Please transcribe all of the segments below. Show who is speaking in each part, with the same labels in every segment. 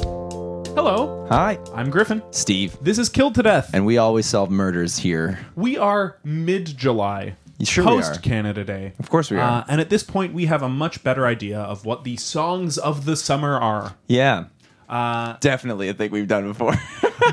Speaker 1: Hello,
Speaker 2: Hi,
Speaker 1: I'm Griffin.
Speaker 2: Steve.
Speaker 1: This is Killed to Death.
Speaker 2: And we always solve murders here.
Speaker 1: We are mid July.
Speaker 2: Sure we
Speaker 1: post
Speaker 2: are.
Speaker 1: Canada Day.
Speaker 2: Of course we are.
Speaker 1: Uh, and at this point, we have a much better idea of what the songs of the summer are.
Speaker 2: yeah.
Speaker 1: Uh,
Speaker 2: Definitely a thing we've done before.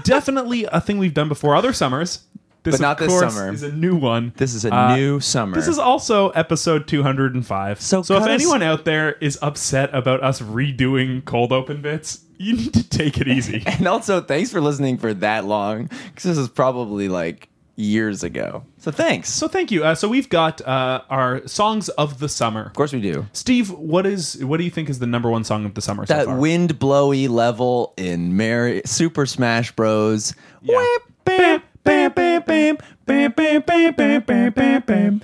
Speaker 1: Definitely a thing we've done before other summers. This,
Speaker 2: But not
Speaker 1: of
Speaker 2: this
Speaker 1: course,
Speaker 2: summer.
Speaker 1: is a new one.
Speaker 2: this is a
Speaker 1: Uh,
Speaker 2: new summer.
Speaker 1: This is also episode 205.
Speaker 2: So
Speaker 1: so if
Speaker 2: cut us-
Speaker 1: anyone out there is upset about us redoing cold open bits, you need to take it easy.
Speaker 2: and also, thanks for listening for that long because this is probably like years ago. So thanks.
Speaker 1: so thank you. Uh, so we've got uh, our songs of the summer.
Speaker 2: of course we do.
Speaker 1: Steve, what is what do you think is the number one song of the summer so
Speaker 2: That
Speaker 1: far?
Speaker 2: wind blowy level in Mary Super Smash Bros. Whip, bam, bam, bam, bam, bam, bam, bam, bam, bam, bam, bam, bam, bam, bam,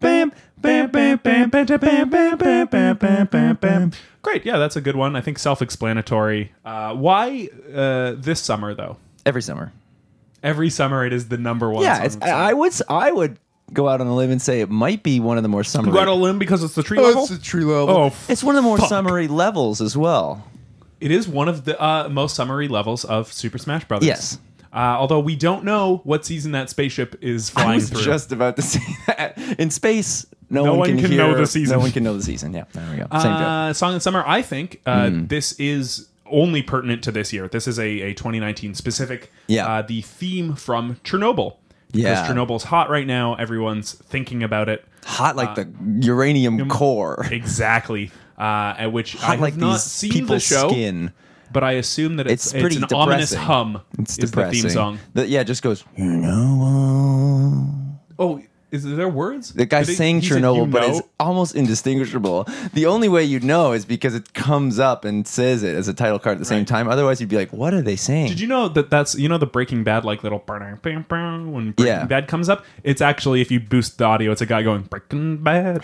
Speaker 2: bam, bam, bam, bam, bam, bam, bam, bam, bam.
Speaker 1: Great, yeah, that's a good one. I think self-explanatory. Uh, why uh, this summer though?
Speaker 2: Every summer.
Speaker 1: Every summer it is the number one.
Speaker 2: Yeah,
Speaker 1: song
Speaker 2: it's,
Speaker 1: of the summer.
Speaker 2: I, I would s- I would go out on a limb and say it might be one of the more summery.
Speaker 1: Go out on a limb because it's the tree level.
Speaker 3: tree level.
Speaker 1: oh, f-
Speaker 2: it's one of the more
Speaker 1: Fuck.
Speaker 2: summery levels as well.
Speaker 1: it is one of the uh, most summary levels of Super Smash Brothers.
Speaker 2: Yes.
Speaker 1: Uh, although we don't know what season that spaceship is flying
Speaker 2: I was
Speaker 1: through.
Speaker 2: just about to say that in space, no,
Speaker 1: No
Speaker 2: one,
Speaker 1: one
Speaker 2: can,
Speaker 1: can
Speaker 2: hear-
Speaker 1: know the season.
Speaker 2: No one can know the season. Yeah, there we go. Same joke.
Speaker 1: uh, song of the summer. I think uh,
Speaker 2: Hmm.
Speaker 1: this is only pertinent to this year. This is a, a 2019 specific.
Speaker 2: Yeah.
Speaker 1: Uh, the theme from Chernobyl.
Speaker 2: Yeah.
Speaker 1: Because Chernobyl's hot right now. Everyone's thinking about it.
Speaker 2: Hot like the
Speaker 1: uh,
Speaker 2: uranium core.
Speaker 1: Exactly. Uh, at which I
Speaker 2: Hot
Speaker 1: have
Speaker 2: like
Speaker 1: not
Speaker 2: these
Speaker 1: seen the
Speaker 2: people's
Speaker 1: show,
Speaker 2: skin.
Speaker 1: but I assume that it's,
Speaker 2: It's
Speaker 1: it's
Speaker 2: pretty
Speaker 1: an ominous
Speaker 2: depressing.
Speaker 1: hum.
Speaker 2: It's
Speaker 1: is
Speaker 2: depressing.
Speaker 1: the theme song.
Speaker 2: The- yeah, it just goes. You know.
Speaker 1: Oh, is there words?
Speaker 2: The guy
Speaker 1: Did they-
Speaker 2: sang
Speaker 1: he said,
Speaker 2: Chernobyl,
Speaker 1: "You
Speaker 2: but
Speaker 1: know?"
Speaker 2: it's almost indistinguishable. The only way you'd know is because it comes up and says it as a title card at the same
Speaker 1: Right.
Speaker 2: time. Otherwise, you'd be like, "What are they saying?"
Speaker 1: Did you know that that's you know the Breaking Bad like little when Breaking
Speaker 2: Yeah.
Speaker 1: Bad comes up? It's actually if you boost the audio, it's a guy going Breaking Bad.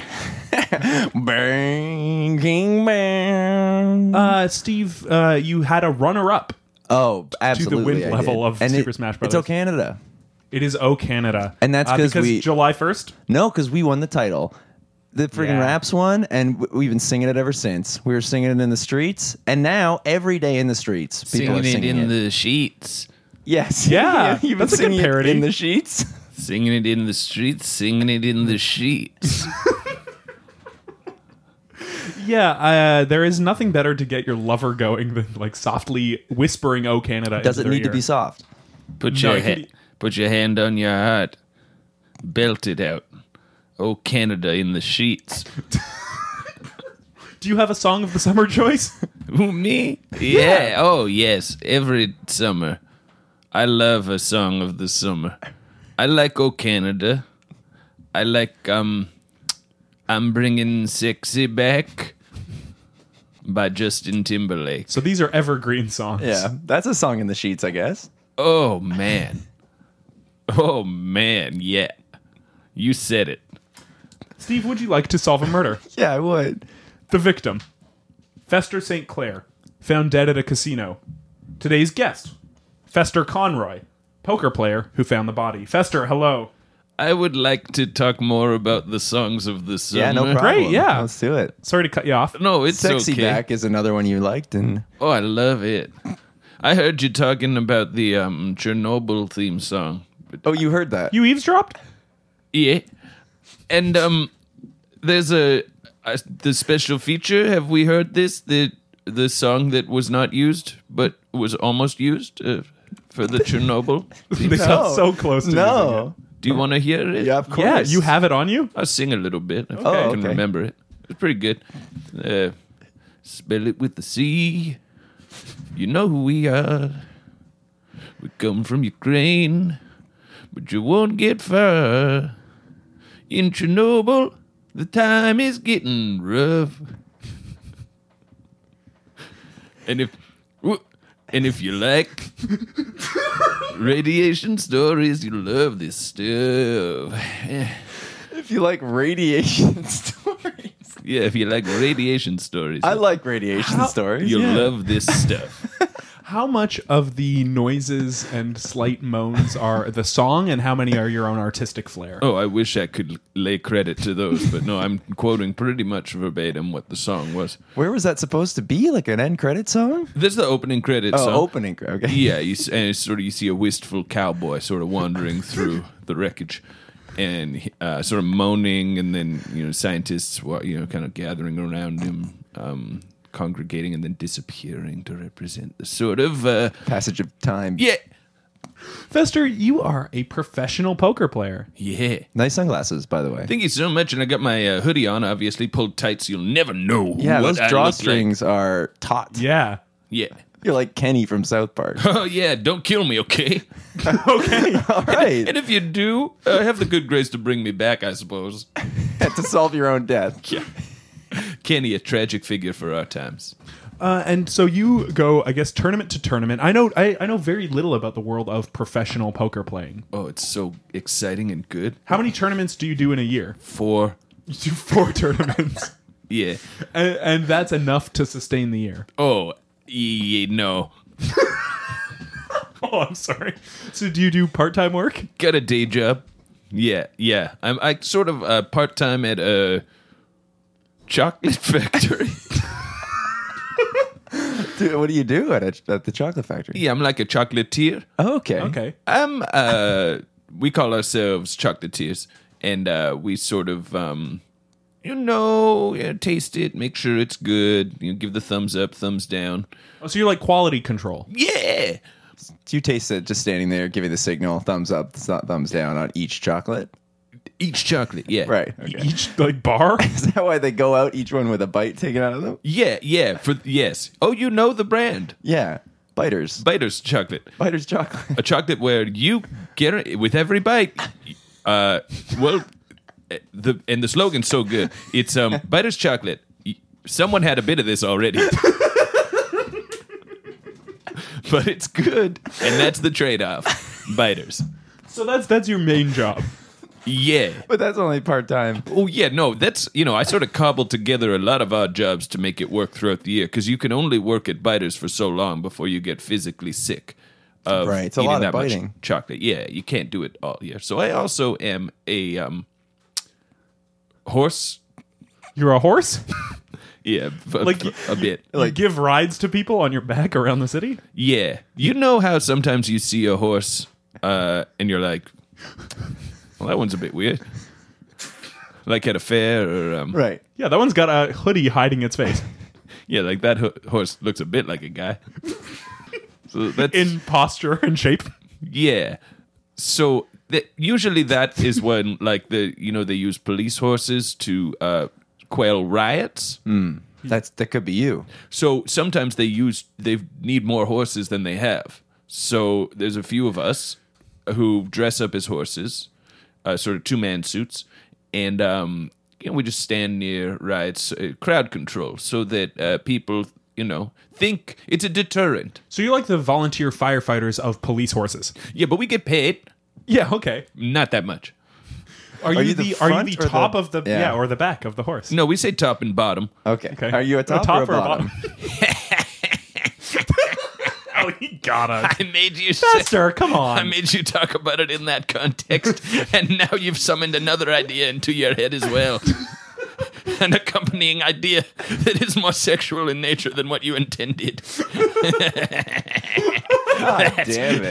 Speaker 2: Banging bang.
Speaker 1: Uh, Steve, uh, you had a runner-up.
Speaker 2: oh, absolutely!
Speaker 1: wind
Speaker 2: I
Speaker 1: level
Speaker 2: did.
Speaker 1: of
Speaker 2: And
Speaker 1: Super
Speaker 2: it-
Speaker 1: Smash
Speaker 2: It's
Speaker 1: Brothers.
Speaker 2: O Canada.
Speaker 1: It is O Canada,
Speaker 2: And that's
Speaker 1: Uh,
Speaker 2: 'cause we-
Speaker 1: July first.
Speaker 2: No, because we won the title. The freaking
Speaker 1: Yeah.
Speaker 2: raps won, and w- we've been singing it ever since. We were singing it in the streets, and now every day in the streets, people
Speaker 4: singing
Speaker 2: are
Speaker 4: it
Speaker 2: singing
Speaker 4: in
Speaker 2: it.
Speaker 4: the sheets,
Speaker 2: yes,
Speaker 1: Yeah,
Speaker 2: You've been
Speaker 1: that's a good
Speaker 2: singing it
Speaker 1: parody.
Speaker 2: in the sheets.
Speaker 4: singing it in the streets, singing it in the sheets.
Speaker 1: Yeah, uh, there is nothing better to get your lover going than like softly whispering "O Canada."
Speaker 2: Does
Speaker 1: into
Speaker 2: it
Speaker 1: their
Speaker 2: need to
Speaker 1: ear.
Speaker 2: be soft?
Speaker 4: Put
Speaker 1: No,
Speaker 4: your
Speaker 1: it can
Speaker 4: ha-
Speaker 1: be-
Speaker 4: put your hand on your heart, belt it out. Oh Canada in the sheets.
Speaker 1: Do you have a song of the summer choice?
Speaker 4: Who me? Yeah. Oh yes. Every summer, I love a song of the summer. I like Oh Canada. I like um, I'm bringing sexy back by Justin Timberlake.
Speaker 1: so these are evergreen songs.
Speaker 2: Yeah, that's a song in the sheets, I guess.
Speaker 4: Oh man. Oh man, yeah. You said it.
Speaker 1: Steve, would you like to solve a murder?
Speaker 2: Yeah, I would.
Speaker 1: The victim, Fester St. Clair, found dead at a casino. Today's guest, Fester Conroy, poker player who found the body. Fester, hello.
Speaker 4: I would like to talk more about the songs of the summer.
Speaker 2: Yeah, no problem.
Speaker 1: Great, yeah.
Speaker 2: let's do it.
Speaker 1: Sorry to cut you off.
Speaker 4: No, it's
Speaker 2: Sexy
Speaker 4: okay.
Speaker 2: back is another one you liked, and
Speaker 4: Oh, I love it. I heard you talking about the um, Chernobyl theme song.
Speaker 2: oh, you heard that?
Speaker 1: You eavesdropped?
Speaker 4: Yeah. And um there's a, a the special feature. Have we heard this? The the song that was not used but was almost used uh, for the Chernobyl. theme
Speaker 1: They
Speaker 4: song.
Speaker 1: got so close to
Speaker 2: Oh. no.
Speaker 4: Do you want to hear it?
Speaker 2: Yeah, of course.
Speaker 1: using it. Yeah, you have it on you?
Speaker 4: I'll sing a little bit. If
Speaker 2: Oh,
Speaker 4: I can
Speaker 2: okay.
Speaker 4: remember it. It's pretty good. Uh, spell it with the C. You know who we are. We come from Ukraine, but you won't get far. In Chernobyl, the time is getting rough. And if, and if you like, Radiation stories. You love this stuff.
Speaker 5: If you like radiation stories,
Speaker 4: Yeah, if you like radiation stories,
Speaker 5: I like radiation
Speaker 1: How-
Speaker 5: stories.
Speaker 4: you'll
Speaker 1: yeah.
Speaker 4: love this stuff.
Speaker 1: How much of the noises and slight moans are the song, and how many are your own artistic flair?
Speaker 4: Oh, I wish I could lay credit to those, but no, I'm quoting pretty much verbatim what the song was.
Speaker 5: Where was that supposed to be? Like an end credit song?
Speaker 4: This is the opening credits.
Speaker 5: Oh,
Speaker 4: song.
Speaker 5: opening. cre- Okay.
Speaker 4: Yeah, you, s- and it's sort of you see a wistful cowboy sort of wandering through the wreckage, and uh, sort of moaning, and then you know scientists, wa- you know, kind of gathering around him, um, congregating, and then disappearing to represent the sort of uh,
Speaker 5: Passage of time.
Speaker 4: yeah,
Speaker 1: Fester, you are a professional poker player.
Speaker 4: yeah.
Speaker 5: Nice sunglasses, by the way.
Speaker 4: Thank you so much, and I got my uh, hoodie on. Obviously, pulled tight, so you'll never know.
Speaker 5: yeah,
Speaker 4: what
Speaker 5: those
Speaker 4: I look
Speaker 5: drawstrings are taut.
Speaker 1: Yeah.
Speaker 4: like. Yeah.
Speaker 5: You're like Kenny from South Park.
Speaker 4: Oh yeah, don't kill me, okay?
Speaker 1: Okay.
Speaker 5: All right.
Speaker 4: And if you do, uh, have the good grace to bring me back, I suppose.
Speaker 5: to solve your own death.
Speaker 4: Yeah. Kenny, a tragic figure for our times.
Speaker 1: Uh, and so you go, I guess, tournament to tournament. I know, I, I know very little about the world of professional poker playing.
Speaker 4: Oh, it's so exciting and good.
Speaker 1: How many tournaments do you do in a year?
Speaker 4: For
Speaker 1: You do four tournaments,
Speaker 4: yeah.
Speaker 1: and, and that's enough to sustain the year.
Speaker 4: Oh, yeah, no.
Speaker 1: Oh, I'm sorry. Mm-hmm. So do you do part time work?
Speaker 4: Got a day job. Yeah, yeah. I'm I sort of uh, part time at a chocolate factory.
Speaker 5: Dude, what do you do at, a, at the chocolate factory?
Speaker 4: yeah, I'm like a chocolatier.
Speaker 5: Oh, okay.
Speaker 1: Okay.
Speaker 4: I'm uh we call ourselves chocolatiers and uh we sort of um you know, yeah, taste it, make sure it's good, you know, give the thumbs up, thumbs down.
Speaker 1: Oh, so you're like quality control.
Speaker 4: Yeah.
Speaker 5: Do you taste it just standing there, giving the signal, thumbs up, th- thumbs down on each chocolate?
Speaker 4: Each chocolate, yeah.
Speaker 5: Right. Okay.
Speaker 1: Each like bar.
Speaker 5: Is that why they go out each one with a bite taken out of them?
Speaker 4: Yeah, yeah, for yes. Oh, you know the brand.
Speaker 5: Yeah. Biters.
Speaker 4: Biter's chocolate.
Speaker 5: Biters chocolate.
Speaker 4: A chocolate where you get it with every bite. Uh well the and the slogan's so good. It's um Biter's chocolate. Someone had a bit of this already. but it's good. And that's the trade-off. Biters.
Speaker 1: So that's that's your main job.
Speaker 4: Yeah.
Speaker 5: But that's only part time.
Speaker 4: Oh yeah, no, that's you know I sort of cobbled together a lot of odd jobs to make it work throughout the year because you can only work at biters for so long before you get physically sick. Of
Speaker 5: Right, it's a
Speaker 4: eating
Speaker 5: lot
Speaker 4: that
Speaker 5: of
Speaker 4: much
Speaker 5: biting.
Speaker 4: chocolate. Yeah, you can't do it all year. So I also am a um, horse.
Speaker 1: You're a horse.
Speaker 4: Yeah, f-
Speaker 1: Like-
Speaker 4: f- a bit.
Speaker 1: you give rides to people on your back around the city.
Speaker 4: Yeah, you know how sometimes you see a horse uh, and you're like, "Well, that one's a bit weird." Like at a fair or um,
Speaker 5: Right.
Speaker 1: Yeah, that one's got a hoodie hiding its face.
Speaker 4: Yeah, like that ho- horse looks a bit like a guy. so that's
Speaker 1: In posture and shape.
Speaker 4: yeah. So that usually that is when like the you know they use police horses to uh, quell riots.
Speaker 5: That's that could be you.
Speaker 4: So sometimes they use they need more horses than they have. So there's a few of us who dress up as horses, uh, sort of two man suits, and um, you know we just stand near riots, uh, crowd control, so that uh, people you know think it's a deterrent.
Speaker 1: So you're like the volunteer firefighters of police horses.
Speaker 4: Yeah, but we get paid
Speaker 1: Yeah. Okay.
Speaker 4: not that much.
Speaker 1: Are, you,
Speaker 5: you
Speaker 1: the,
Speaker 5: the
Speaker 1: are
Speaker 5: front
Speaker 1: you
Speaker 5: or
Speaker 1: the
Speaker 5: the-
Speaker 1: top of the yeah.
Speaker 5: Yeah.
Speaker 1: or the back of the horse?
Speaker 4: No, we say top and bottom.
Speaker 5: Okay. Are you a top, or a bottom?
Speaker 1: oh, he got us.
Speaker 4: I made you say,
Speaker 1: Fester, come on.
Speaker 4: I made you talk about it in that context, and now you've summoned another idea into your head as well. An accompanying idea that is more sexual in nature than what you intended.
Speaker 5: Damn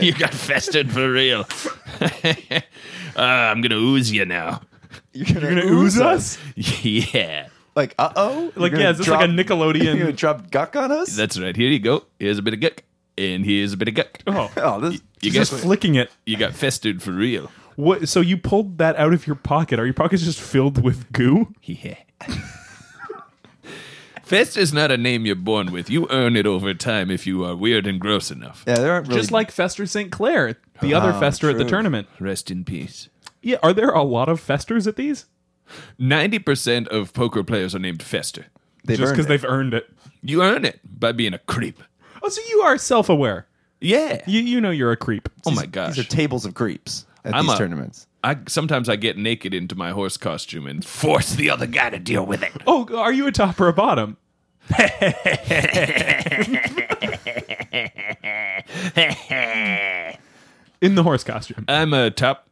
Speaker 4: You
Speaker 5: it.
Speaker 4: got festered for real. uh, I'm gonna ooze you now.
Speaker 5: You're gonna,
Speaker 1: You're gonna ooze us?
Speaker 4: yeah,
Speaker 5: Like, uh oh.
Speaker 1: Like, yeah, is this like a
Speaker 5: You're gonna
Speaker 1: Nickelodeon?
Speaker 5: drop guck on us?
Speaker 4: that's right. Here you go. Here's a bit of guck, and here's a bit of guck.
Speaker 1: Oh,
Speaker 5: oh, this
Speaker 4: You
Speaker 1: just
Speaker 4: got
Speaker 1: flicking it.
Speaker 4: you got festered for real.
Speaker 1: What? So you pulled that out of your pocket? Are your pockets just filled with goo?
Speaker 4: Yeah. Fest is not a name you're born with. You earn it over time if you are weird and gross enough.
Speaker 5: Yeah, there aren't really
Speaker 1: Just like Fester St. Clair, the other
Speaker 5: Oh,
Speaker 1: Fester at the
Speaker 5: true.
Speaker 1: tournament.
Speaker 4: Rest in peace.
Speaker 1: Yeah, are there a lot of Festers at these?
Speaker 4: 90% of poker players are named Fester.
Speaker 5: they've
Speaker 1: Just
Speaker 5: earned
Speaker 1: because
Speaker 5: it.
Speaker 1: they've earned it.
Speaker 4: You earn it by being a creep.
Speaker 1: Oh, so you are self-aware.
Speaker 4: Yeah.
Speaker 1: You, you know you're a creep.
Speaker 4: Oh my
Speaker 5: These
Speaker 4: gosh.
Speaker 5: are tables of creeps at
Speaker 4: I'm
Speaker 5: these
Speaker 4: a-
Speaker 5: tournaments.
Speaker 4: I sometimes I get naked into my horse costume and force the other guy to deal with it.
Speaker 1: Oh, are you a top or a bottom? In the horse costume.
Speaker 4: I'm a top.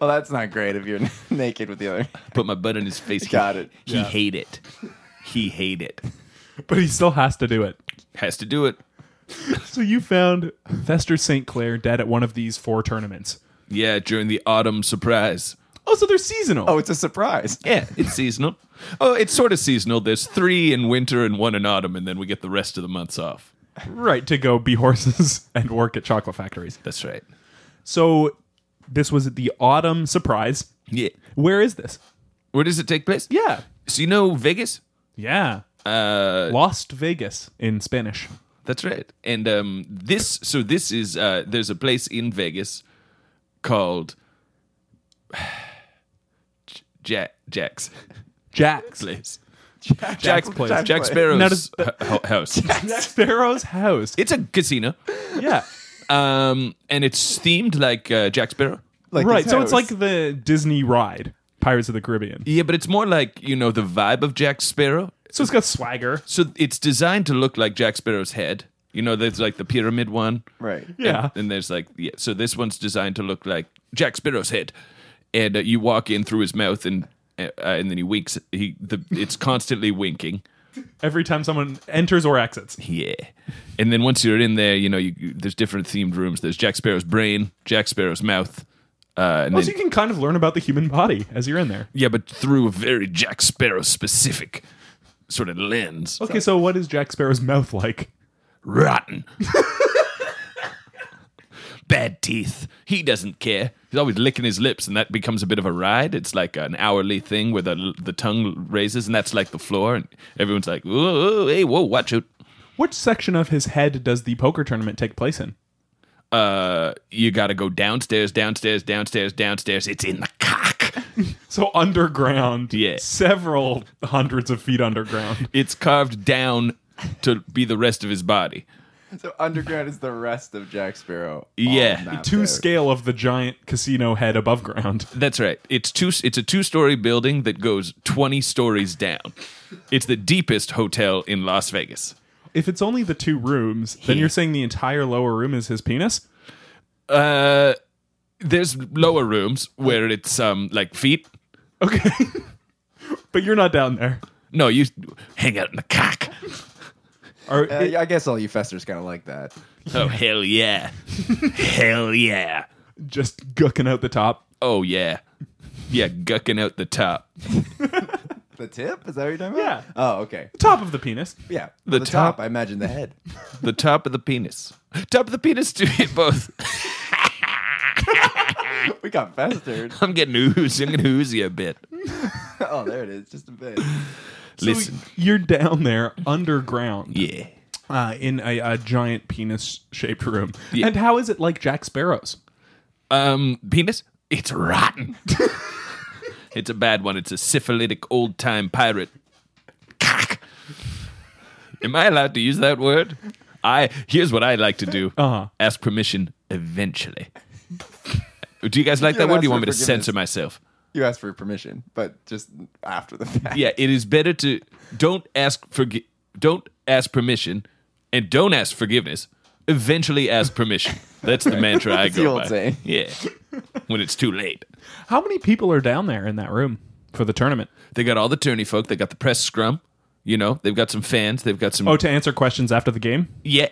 Speaker 5: Well, that's not great if you're naked with the other.
Speaker 4: Put my butt in his face. He-
Speaker 5: Got it.
Speaker 4: He hate it. He hate it.
Speaker 1: But he still has to do it.
Speaker 4: Has to do it.
Speaker 1: So you found Fester St. Clair dead at one of these four tournaments.
Speaker 4: Yeah, during the autumn surprise.
Speaker 1: Oh, so they're seasonal.
Speaker 5: Oh, it's a surprise.
Speaker 4: Yeah, it's seasonal. Oh, it's sort of seasonal. There's three in winter and one in autumn, and then we get the rest of the months off.
Speaker 1: right, to go be horses and work at chocolate factories.
Speaker 4: That's right.
Speaker 1: So this was the autumn surprise.
Speaker 4: Yeah.
Speaker 1: Where is this?
Speaker 4: Where does it take place?
Speaker 1: Yeah.
Speaker 4: So you know Vegas?
Speaker 1: Yeah.
Speaker 4: Uh,
Speaker 1: Lost Vegas in Spanish.
Speaker 4: That's right. And um, this, so this is uh, there's a place in Vegas called Jack Jack's
Speaker 1: Jack's.
Speaker 4: place.
Speaker 5: Jack's,
Speaker 4: Jack's
Speaker 1: place.
Speaker 4: Jack,
Speaker 5: Jack's place.
Speaker 1: Now does-
Speaker 4: Sparrow's h- h- house.
Speaker 1: Jack Sparrow's house.
Speaker 4: It's a casino,
Speaker 1: Yeah.
Speaker 4: um, and it's themed like uh, Jack Sparrow.
Speaker 5: Like
Speaker 1: right.
Speaker 5: his
Speaker 1: So it's
Speaker 5: house.
Speaker 1: like the Disney ride, Pirates of the Caribbean.
Speaker 4: Yeah, but it's more like you know the vibe of Jack Sparrow.
Speaker 1: So it's got swagger.
Speaker 4: So it's designed to look like Jack Sparrow's head. You know, there's like the pyramid one.
Speaker 5: right.
Speaker 1: Yeah.
Speaker 4: And, and there's like, yeah, so this one's designed to look like Jack Sparrow's head, and uh, you walk in through his mouth, and uh, and then he winks. He the it's constantly winking.
Speaker 1: Every time someone enters or exits.
Speaker 4: Yeah. And then once you're in there, you know, you, you- there's different themed rooms. There's Jack Sparrow's brain, Jack Sparrow's mouth, uh, and
Speaker 1: Also,
Speaker 4: then
Speaker 1: you can kind of learn about the human body as you're in there.
Speaker 4: yeah, but through a very Jack Sparrow specific sort of lens.
Speaker 1: Okay, so what is Jack Sparrow's mouth like?
Speaker 4: rotten. Bad teeth. He doesn't care. He's always licking his lips, and that becomes a bit of a ride. It's like an hourly thing where the the tongue raises, and that's like the floor, and everyone's like, "Whoa, whoa, hey, whoa, watch out!"
Speaker 1: Which section of his head does the poker tournament take place in?
Speaker 4: Uh, you got to go downstairs, downstairs, downstairs, downstairs. It's in the cock.
Speaker 1: So underground.
Speaker 4: Yeah.
Speaker 1: Several hundreds of feet underground.
Speaker 4: It's carved down to be the rest of his body.
Speaker 5: So underground is the rest of Jack Sparrow.
Speaker 4: Yeah.
Speaker 5: All mapped
Speaker 1: Two
Speaker 5: out.
Speaker 1: scale of the giant casino head above ground.
Speaker 4: That's right. It's two. It's a two-story building that goes twenty stories down. It's the deepest hotel in Las Vegas.
Speaker 1: If it's only the two rooms, then you're saying the entire lower room is his penis?
Speaker 4: Uh, there's lower rooms where it's um like feet.
Speaker 1: Okay. but you're not down there.
Speaker 4: No, you hang out in the cock.
Speaker 1: Are,
Speaker 5: Uh, yeah, I guess all you festers kind of like that.
Speaker 4: Oh hell yeah, hell yeah.
Speaker 1: just gucking out the top.
Speaker 4: Oh yeah, yeah, gucking out the top.
Speaker 5: The tip is that what you're talking about?
Speaker 1: Yeah.
Speaker 5: Oh, okay.
Speaker 1: Top of the penis.
Speaker 5: Yeah.
Speaker 4: The top.
Speaker 5: I imagine the head.
Speaker 4: The top of the penis. Top of the penis to hit both.
Speaker 5: We got festered.
Speaker 4: I'm getting ooze. I'm getting oozy a bit.
Speaker 5: oh, there it is. Just a bit.
Speaker 4: Listen,
Speaker 1: So you're down there underground
Speaker 4: yeah.
Speaker 1: uh, in a, a giant penis shaped room.
Speaker 4: Yeah.
Speaker 1: And how is it like Jack Sparrow's?
Speaker 4: Um, penis? It's rotten. it's a bad one. It's a syphilitic old time pirate. Cock. Am I allowed to use that word? I here's what I like to do.
Speaker 1: Uh-huh.
Speaker 4: Ask permission eventually. do you guys like
Speaker 5: You
Speaker 4: that
Speaker 5: don't
Speaker 4: word? Do you
Speaker 5: ask
Speaker 4: want me to
Speaker 5: for forgiveness.
Speaker 4: censor myself?
Speaker 5: You asked for permission, but just after the fact.
Speaker 4: Yeah, it is better to don't ask for don't ask permission and don't ask forgiveness. Eventually ask permission. That's the mantra I
Speaker 5: That's the
Speaker 4: go
Speaker 5: old
Speaker 4: by.
Speaker 5: saying.
Speaker 4: Yeah. When it's too late.
Speaker 1: How many people are down there in that room for the tournament?
Speaker 4: They got all the tourney folk. They got the press scrum. You know, they've got some fans. They've got some
Speaker 1: Oh, to answer questions after the game?
Speaker 4: yeah,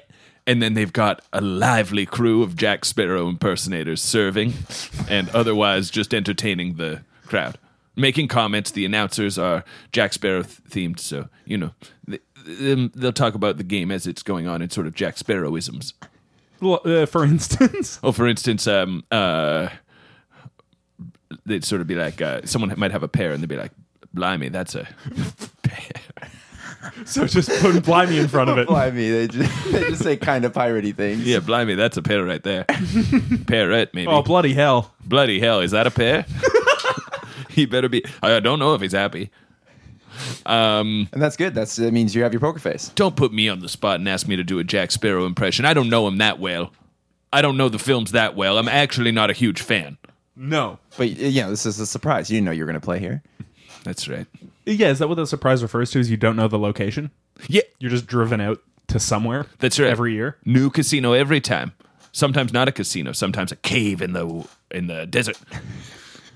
Speaker 4: and then they've got a lively crew of Jack Sparrow impersonators serving, and otherwise just entertaining the crowd, making comments. The announcers are Jack Sparrow th- themed, so you know th- th- they'll talk about the game as it's going on in sort of Jack Sparrowisms.
Speaker 1: Well, uh, for instance,
Speaker 4: Oh, for instance, um, uh, they'd sort of be like, uh, someone might have a pair, and they'd be like, "Blimey, that's a pair."
Speaker 1: so just put Blimey in front of it.
Speaker 5: Why me? They just, they just say kind of piratey things.
Speaker 4: Yeah, blimey, that's a pair right there. Parrot, maybe.
Speaker 1: Oh, bloody hell.
Speaker 4: Bloody hell, is that a pair? he better be. I don't know if he's happy. Um,
Speaker 5: And that's good. That's that means you have your poker face.
Speaker 4: don't put me on the spot and ask me to do a Jack Sparrow impression. I don't know him that well. I don't know the films that well. I'm actually not a huge fan.
Speaker 1: No.
Speaker 5: But uh, you know, this is a surprise. You didn't know you were going to play here.
Speaker 4: That's right.
Speaker 1: Yeah, is that what the surprise refers to? Is you don't know the location?
Speaker 4: Yeah,
Speaker 1: You're just driven out to somewhere.
Speaker 4: That's right.
Speaker 1: Every year.
Speaker 4: new casino every time. Sometimes not a casino. Sometimes a cave in the in the desert.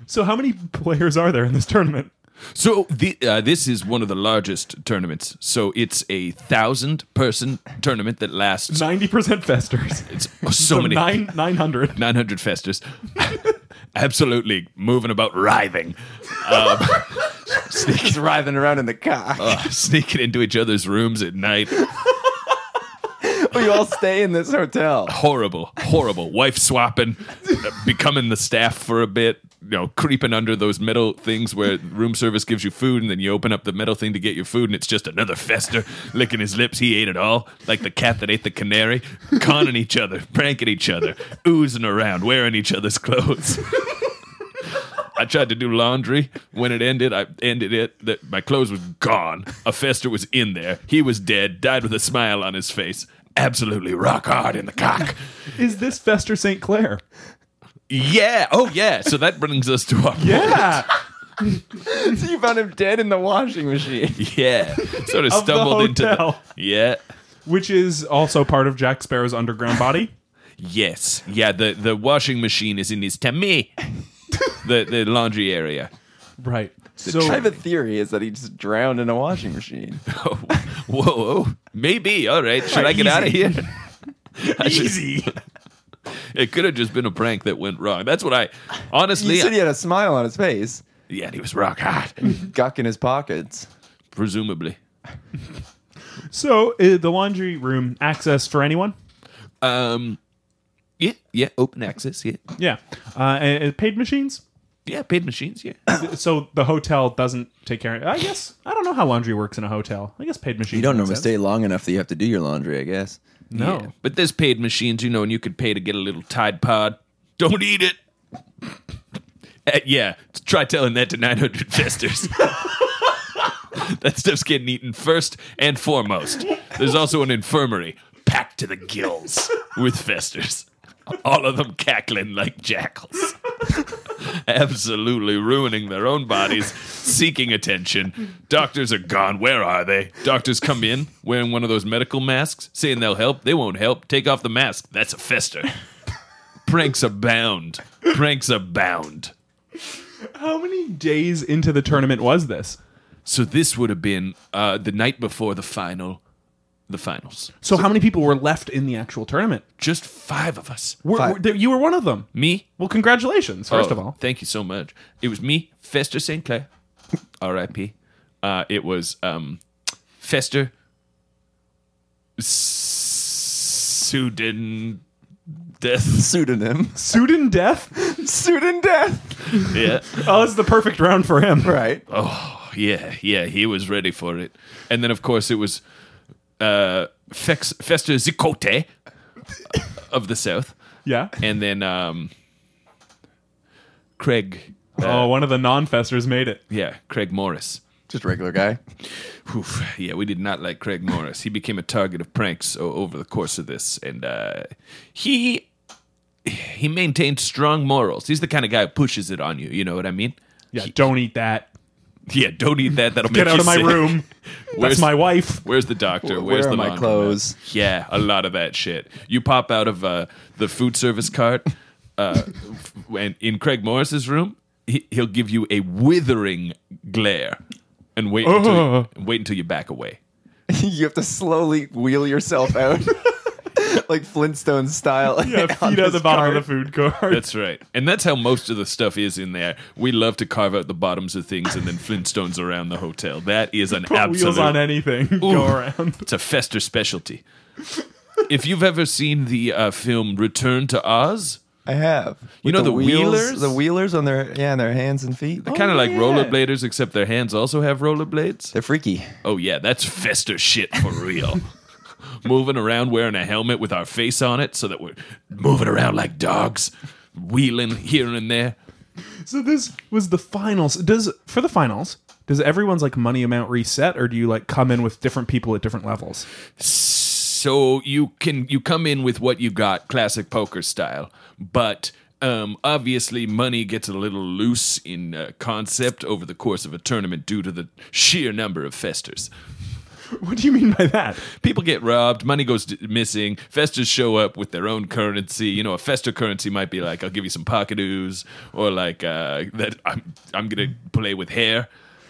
Speaker 1: So how many players are there in this tournament?
Speaker 4: So the, uh, this is one of the largest tournaments. So it's a thousand person tournament that lasts
Speaker 1: Ninety percent festers.
Speaker 4: it's Oh, so, many
Speaker 1: nine nine hundred.
Speaker 4: nine hundred festers. Absolutely moving about writhing. Um,
Speaker 5: He's writhing around in the cock.
Speaker 4: Uh, sneaking into each other's rooms at night.
Speaker 5: we all stay in this hotel.
Speaker 4: Horrible, horrible. Wife swapping, uh, becoming the staff for a bit, you know, creeping under those metal things where room service gives you food and then you open up the metal thing to get your food and it's just another fester licking his lips. He ate it all, like the cat that ate the canary, conning each other, pranking each other, oozing around, wearing each other's clothes. I tried to do laundry. When it ended, I ended it. The, my clothes was gone. A fester was in there. He was dead. Died with a smile on his face. Absolutely rock hard in the cock.
Speaker 1: Is this Fester St. Clair?
Speaker 4: Yeah. Oh yeah. So that brings us to our
Speaker 1: Yeah.
Speaker 5: So you found him dead in the washing machine.
Speaker 4: yeah. Sort of
Speaker 1: Of the
Speaker 4: stumbled into the
Speaker 1: hotel.
Speaker 4: yeah.
Speaker 1: Which is also part of Jack Sparrow's underground body.
Speaker 4: Yes. Yeah. The the washing machine is in his tummy. the the laundry area.
Speaker 1: Right.
Speaker 5: I
Speaker 1: So
Speaker 5: have a theory is that he just drowned in a washing machine.
Speaker 4: Oh, whoa, whoa. Maybe. All right. Should I get out of here? I should-
Speaker 1: easy.
Speaker 4: It could have just been a prank that went wrong. That's what I honestly.
Speaker 5: He said he had a smile on his face,
Speaker 4: yeah, and he was rock hard,
Speaker 5: guck in his pockets.
Speaker 4: presumably.
Speaker 1: So uh, the laundry room access for anyone?
Speaker 4: Um, yeah, yeah, open access, yeah,
Speaker 1: Yeah. Uh, and- and paid machines?
Speaker 4: yeah, paid machines, yeah.
Speaker 1: So the hotel doesn't take care of I guess. I don't know how laundry works in a hotel. I guess paid machines.
Speaker 5: You don't
Speaker 1: make
Speaker 5: normally
Speaker 1: sense.
Speaker 5: stay long enough that you have to do your laundry, I guess.
Speaker 1: No.
Speaker 4: Yeah. but there's paid machines, you know, and you could pay to get a little Tide Pod. Don't eat it. Uh, yeah, try telling that to 900 festers. that stuff's getting eaten first and foremost. There's also an infirmary packed to the gills with festers. All of them cackling like jackals. absolutely ruining their own bodies, seeking attention. Doctors are gone. Where are they? Doctors come in wearing one of those medical masks, saying they'll help. They won't help. Take off the mask. That's a fester. Pranks abound. Pranks abound.
Speaker 1: How many days into the tournament was this?
Speaker 4: So this would have been uh, the night before the final, the finals.
Speaker 1: So, how many people were left in the actual tournament?
Speaker 4: Just five of us.
Speaker 1: Were,
Speaker 5: Five.
Speaker 1: were- there- you were one of them.
Speaker 4: Me.
Speaker 1: Well, congratulations, first
Speaker 4: Oh,
Speaker 1: of all.
Speaker 4: thank you so much. It was me, Fester St. Clair, R.I.P. Uh, it was um, Fester Sudan Death.
Speaker 5: Pseudonym.
Speaker 1: Sudan death?
Speaker 5: Pseudonym death.
Speaker 4: Yeah.
Speaker 1: Oh, this is the perfect round for him.
Speaker 5: Right.
Speaker 4: Oh, yeah, yeah. He was ready for it. And then, of course, it was uh, Fex- Fester Zicote of the South.
Speaker 1: Yeah.
Speaker 4: And then um, Craig. uh,
Speaker 1: Oh, one of the non-festers made it.
Speaker 4: Yeah, Craig Morris.
Speaker 5: Just regular guy.
Speaker 4: Oof, yeah, we did not like Craig Morris. He became a target of pranks o- over the course of this, and uh, he he maintained strong morals. He's the kind of guy who pushes it on you. You know what I mean?
Speaker 1: Yeah, don't eat that.
Speaker 4: Yeah, don't eat that. That'll
Speaker 1: Get
Speaker 4: make
Speaker 1: out
Speaker 4: you
Speaker 1: of my
Speaker 4: sick.
Speaker 1: room.
Speaker 4: Where's-
Speaker 1: That's my wife.
Speaker 4: Where's the doctor?
Speaker 5: Where
Speaker 4: Where's
Speaker 5: are
Speaker 4: the
Speaker 5: my
Speaker 4: laundromat?
Speaker 5: clothes?
Speaker 4: Yeah, a lot of that shit. You pop out of uh, the food service cart, uh, f- and in Craig Morris's room, he, he'll give you a withering glare, and wait
Speaker 1: Oh.
Speaker 4: until you, wait until you back away.
Speaker 5: you have to slowly wheel yourself out. like Flintstone style.
Speaker 1: Yeah, feet out the bottom of the food cart.
Speaker 4: That's right. And that's how most of the stuff is in there. We love to carve out the bottoms of things and then Flintstones around the hotel. That is an
Speaker 1: Put
Speaker 4: absolute
Speaker 1: wheels on anything. Go around.
Speaker 4: It's a fester specialty. If you've ever seen the uh, film Return to Oz,
Speaker 5: I have. With
Speaker 4: know the
Speaker 5: wheels-
Speaker 4: wheelers?
Speaker 5: The wheelers on their yeah, on their hands and feet. They're
Speaker 4: kind of like
Speaker 1: Oh, yeah.
Speaker 4: rollerbladers, except their hands also have rollerblades.
Speaker 5: They're freaky.
Speaker 4: Oh yeah, that's fester shit for real. moving around wearing a helmet with our face on it so that we're moving around like dogs, wheeling here and there.
Speaker 1: So this was the finals. Does for the finals, Does everyone's like money amount reset, or do you like come in with different people at different levels?
Speaker 4: so you can you come in with what you got classic poker style but um, obviously money gets a little loose in uh, concept over the course of a tournament due to the sheer number of festers
Speaker 1: What do you mean by that?
Speaker 4: people get robbed money goes d- missing festers show up with their own currency you know a fester currency might be like i'll give you some pocket ooze or like uh, that i'm i'm gonna play with hair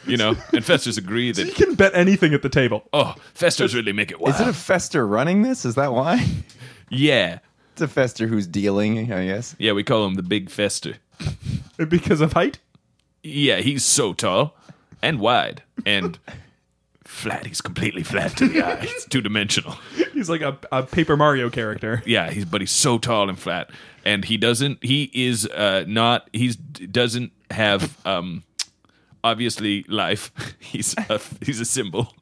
Speaker 4: you know and festers agree
Speaker 1: You
Speaker 4: that
Speaker 1: can bet anything at the table.
Speaker 4: oh festers really make it wild
Speaker 5: Is it a fester running this? Is that why?
Speaker 4: yeah
Speaker 5: It's a fester who's dealing, I guess.
Speaker 4: yeah we call him the big fester
Speaker 1: Because of height?
Speaker 4: Yeah, he's so tall and wide and flat. He's completely flat to the eye. He's two dimensional.
Speaker 1: He's like a, a Paper Mario character.
Speaker 4: Yeah, he's but he's so tall and flat, and he doesn't. He is uh, not. He's doesn't have um, obviously life. He's a, he's a symbol.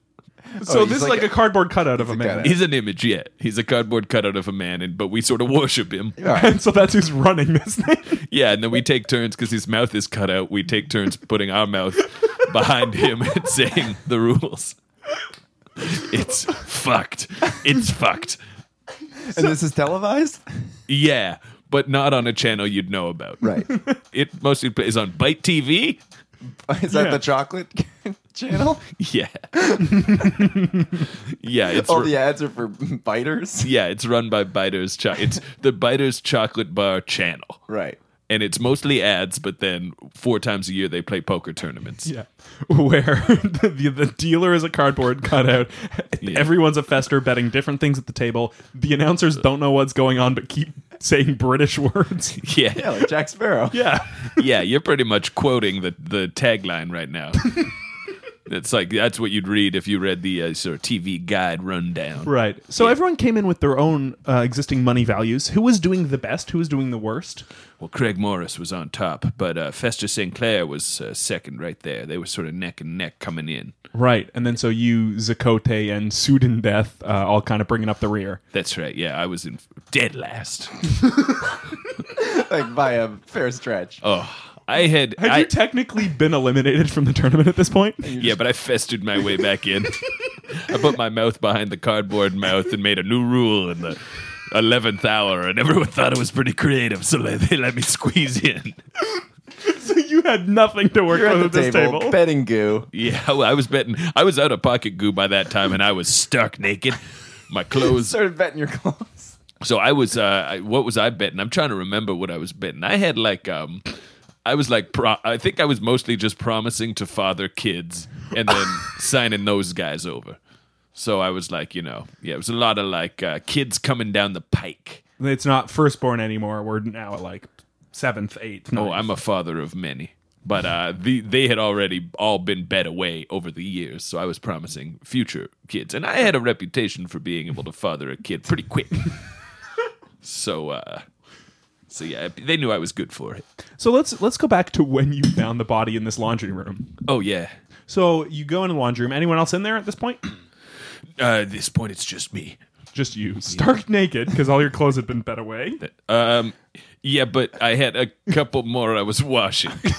Speaker 4: Oh,
Speaker 1: So
Speaker 5: he's
Speaker 1: this is
Speaker 5: like
Speaker 1: like a,
Speaker 5: a-
Speaker 1: cardboard cutout of a man.
Speaker 5: cutout.
Speaker 4: He's an image. Yeah, he's a cardboard cutout of a man, and but we sort of worship him.
Speaker 5: All right.
Speaker 1: And so that's who's running this thing.
Speaker 4: Yeah, and then we take turns because his mouth is cut out. We take turns putting our mouth behind him and saying the rules. It's fucked. It's fucked.
Speaker 5: and this is televised?
Speaker 4: Yeah, but not on a channel you'd know about.
Speaker 5: Right.
Speaker 4: It mostly plays on Byte TV.
Speaker 5: Is that
Speaker 1: Yeah.
Speaker 5: the chocolate channel?
Speaker 4: Yeah. yeah, it's
Speaker 5: All
Speaker 4: ru-
Speaker 5: Oh, the ads are for biters?
Speaker 4: yeah, it's run by Biter's. Cho- it's the Biter's Chocolate Bar channel.
Speaker 5: Right.
Speaker 4: And it's mostly ads, but then four times a year they play poker tournaments.
Speaker 1: Yeah. Where the, the, the dealer is a cardboard cutout. Everyone's a fester betting different things at the table. The announcers don't know what's going on but keep saying British words.
Speaker 4: Yeah.
Speaker 5: Yeah, like Jack Sparrow.
Speaker 1: Yeah.
Speaker 4: yeah, you're pretty much quoting the, the tagline right now. It's like that's what you'd read if you read the uh, sort of TV guide rundown.
Speaker 1: Right. So everyone came in with their own uh, existing money values. Who was doing the best? Who was doing the worst?
Speaker 4: Well, Craig Morris was on top, but uh, Fester Sinclair was uh, second right there. They were sort of neck and neck coming in.
Speaker 1: Right. And then so you, Zakote, and Sudan Death uh, all kind of bringing up the rear.
Speaker 4: That's right. Yeah, I was in dead last.
Speaker 5: Like by a fair stretch.
Speaker 4: Oh, I had.
Speaker 1: Had
Speaker 4: I,
Speaker 1: you technically been eliminated from the tournament at this point?
Speaker 4: yeah, but I festered my way back in. I put my mouth behind the cardboard mouth and made a new rule in the eleventh hour, and everyone thought it was pretty creative, so they they let me squeeze in.
Speaker 1: so you had nothing to work
Speaker 5: You're
Speaker 1: with
Speaker 5: at
Speaker 1: at
Speaker 5: the
Speaker 1: this
Speaker 5: oh, table,
Speaker 1: table.
Speaker 5: betting goo.
Speaker 4: Yeah, well, I was betting. I was out of pocket goo by that time, and I was stark naked. My clothes.
Speaker 5: Started betting your clothes.
Speaker 4: So I was. Uh, I, what was I betting? I'm trying to remember what I was betting. I had like. um I was like, pro- I think I was mostly just promising to father kids and then signing those guys over. So I was like, you know, yeah, it was a lot of like uh, kids coming down the pike.
Speaker 1: It's not firstborn anymore. We're now at like seventh, eighth.
Speaker 4: Oh,
Speaker 1: ninth.
Speaker 4: I'm a father of many. But uh, the, they had already all been bet away over the years, so I was promising future kids, and I had a reputation for being able to father a kid pretty quick. so, uh, so yeah, they knew I was good for it.
Speaker 1: So let's let's go back to when you found the body in this laundry room.
Speaker 4: Oh yeah.
Speaker 1: So you go in the laundry room. Anyone else in there at this point?
Speaker 4: Uh, at this point, it's just me.
Speaker 1: Just you, stark naked, because all your clothes had been bet away.
Speaker 4: Um, yeah, but I had a couple more I was washing.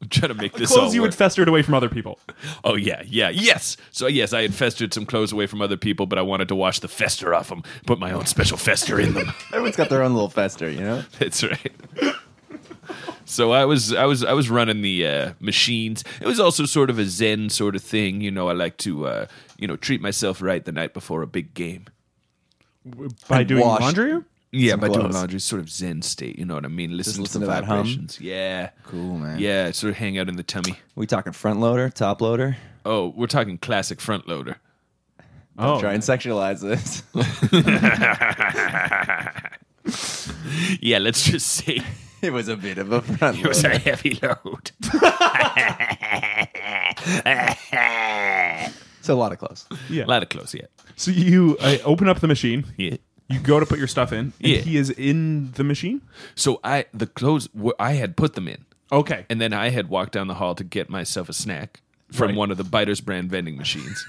Speaker 4: I'm trying to make this all
Speaker 1: Clothes you
Speaker 4: work.
Speaker 1: had festered away from other people.
Speaker 4: Oh yeah, yeah, yes. So yes, I had festered some clothes away from other people, but I wanted to wash the fester off them, put my own special fester in them.
Speaker 5: Everyone's got their own little fester, you know?
Speaker 4: That's right. So I was I was I was running the uh, machines. It was also sort of a zen sort of thing, you know. I like to uh, you know treat myself right the night before a big game.
Speaker 1: By
Speaker 5: And
Speaker 1: doing
Speaker 5: washed.
Speaker 1: laundry room?
Speaker 4: Yeah,
Speaker 5: Some
Speaker 4: by doing
Speaker 5: clothes.
Speaker 4: laundry, sort of zen state. You know what I mean? Listen,
Speaker 5: listen
Speaker 4: to
Speaker 5: to
Speaker 4: the
Speaker 5: that hum?
Speaker 4: vibrations. Yeah,
Speaker 5: Cool, man.
Speaker 4: Yeah, sort of hang out in the tummy.
Speaker 5: We talking front loader, top loader?
Speaker 4: Oh, we're talking classic front loader.
Speaker 1: Oh,
Speaker 5: Try and sexualize this.
Speaker 4: Yeah, let's just say
Speaker 5: it was a bit of a front
Speaker 4: it was
Speaker 5: loader.
Speaker 4: a heavy load.
Speaker 5: It's a lot of clothes.
Speaker 4: A lot of clothes, yeah.
Speaker 1: so you uh, open up the machine.
Speaker 4: Yeah.
Speaker 1: You go to put your stuff in, and
Speaker 4: Yeah.
Speaker 1: he is in the machine.
Speaker 4: So I the clothes were, I had put them in,
Speaker 1: Okay,
Speaker 4: and then I had walked down the hall to get myself a snack from
Speaker 1: Right.
Speaker 4: one of the Biters brand vending machines.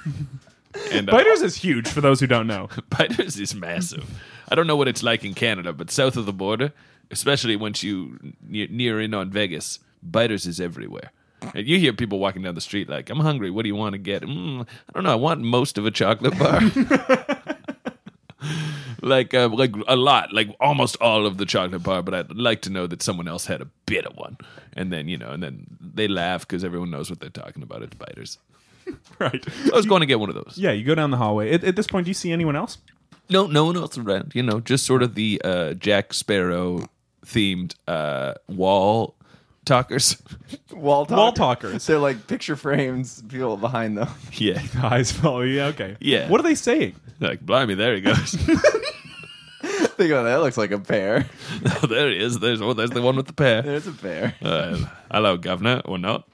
Speaker 4: and uh,
Speaker 1: Biters is huge for those who don't know.
Speaker 4: Biters is massive. I don't know what it's like in Canada, but south of the border, especially once you near, near in on Vegas, Biters is everywhere. And you hear people walking down the street like, "I'm hungry. What do you want to get?" Mm, I don't know. I want most of a chocolate bar. like, uh, like a lot, like almost all of the chocolate bar. But I'd like to know that someone else had a bit of one. And then you know, and then they laugh because everyone knows what they're talking about. It's biters.
Speaker 1: right.
Speaker 4: I was going to get one of those.
Speaker 1: Yeah, you go down the hallway. At, at this point, do you see anyone else?
Speaker 4: No, no one else around. You know, just sort of the uh, Jack Sparrow themed uh, wall talkers.
Speaker 5: Wall,
Speaker 1: Wall talkers.
Speaker 5: They're like picture frames, people behind them.
Speaker 4: Yeah,
Speaker 1: The eyes follow you. Yeah, okay.
Speaker 4: Yeah.
Speaker 1: What are they saying?
Speaker 4: like blimey, there he goes.
Speaker 5: They go, that looks like a pear.
Speaker 4: oh, there he is. There's oh, there's the one with the pair.
Speaker 5: There's a pear.
Speaker 4: Uh, hello, governor, or not?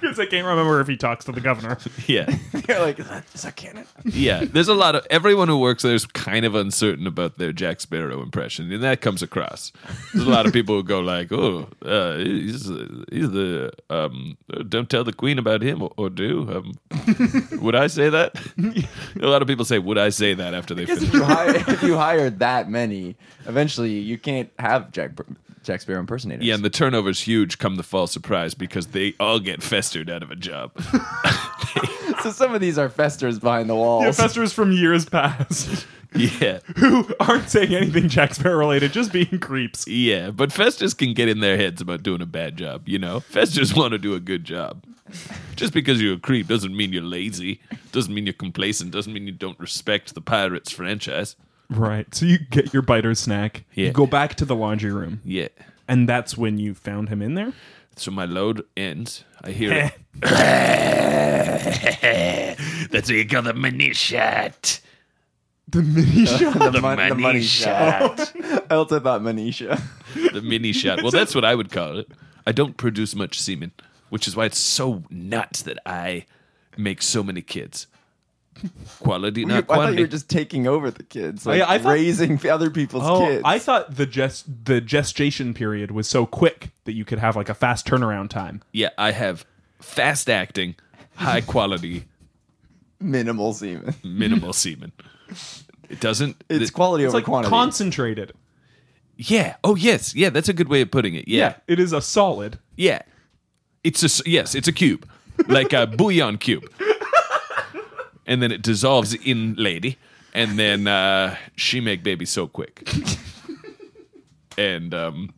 Speaker 1: Because I can't remember if he talks to the governor.
Speaker 4: Yeah,
Speaker 5: They're like, is that, is that cannon?
Speaker 4: yeah. There's a lot of everyone who works there is kind of uncertain about their Jack Sparrow impression, and that comes across. There's a lot of people who go like, "Oh, uh, he's he's the um, don't tell the queen about him, or, or do." Um, would I say that? a lot of people say, "Would I say that?" After they finish.
Speaker 5: If you, hire, if you hire that many, eventually you can't have Jack Jack Sparrow impersonators.
Speaker 4: Yeah, and the turnover's huge come the fall surprise because they all get festered out of a job.
Speaker 5: so some of these are festers behind the walls.
Speaker 1: The professors from years past
Speaker 4: yeah.
Speaker 1: who aren't saying anything Jack Sparrow related, just being creeps.
Speaker 4: Yeah, but festers can get in their heads about doing a bad job, you know? Festers want to do a good job. Just because you're a creep doesn't mean you're lazy, doesn't mean you're complacent, doesn't mean you don't respect the Pirates franchise.
Speaker 1: Right. So you get your biter snack.
Speaker 4: Yeah.
Speaker 1: You go back to the laundry room,
Speaker 4: Yeah.
Speaker 1: and that's when you found him in there.
Speaker 4: So my load ends. I hear
Speaker 1: Eh,
Speaker 4: it. That's what you call the money shot.
Speaker 1: The mini shot.
Speaker 5: the, mon- the money shot. I also thought Manisha.
Speaker 4: the mini shot. Well, that's what I would call it. I don't produce much semen, which is why it's so nuts that I make so many kids. Quality,
Speaker 5: I
Speaker 4: not
Speaker 5: thought you
Speaker 4: quantity.
Speaker 5: were just taking over the kids, like
Speaker 1: Yeah, I thought-
Speaker 5: raising other people's
Speaker 1: Oh,
Speaker 5: kids.
Speaker 1: I thought the gest the gestation period was so quick that you could have like a fast turnaround time.
Speaker 4: yeah, I have fast acting, high quality,
Speaker 5: Minimal semen.
Speaker 4: minimal semen. It doesn't.
Speaker 5: It's
Speaker 4: it-
Speaker 5: quality
Speaker 1: It's
Speaker 5: over
Speaker 1: like
Speaker 5: quantity.
Speaker 1: concentrated.
Speaker 4: yeah. Oh yes. Yeah, that's a good way of putting it. Yeah.
Speaker 1: It is a solid.
Speaker 4: Yeah. It's a s- yes. It's a cube, like a bouillon cube, and then it dissolves in lady, and then uh, she make baby so quick. And um,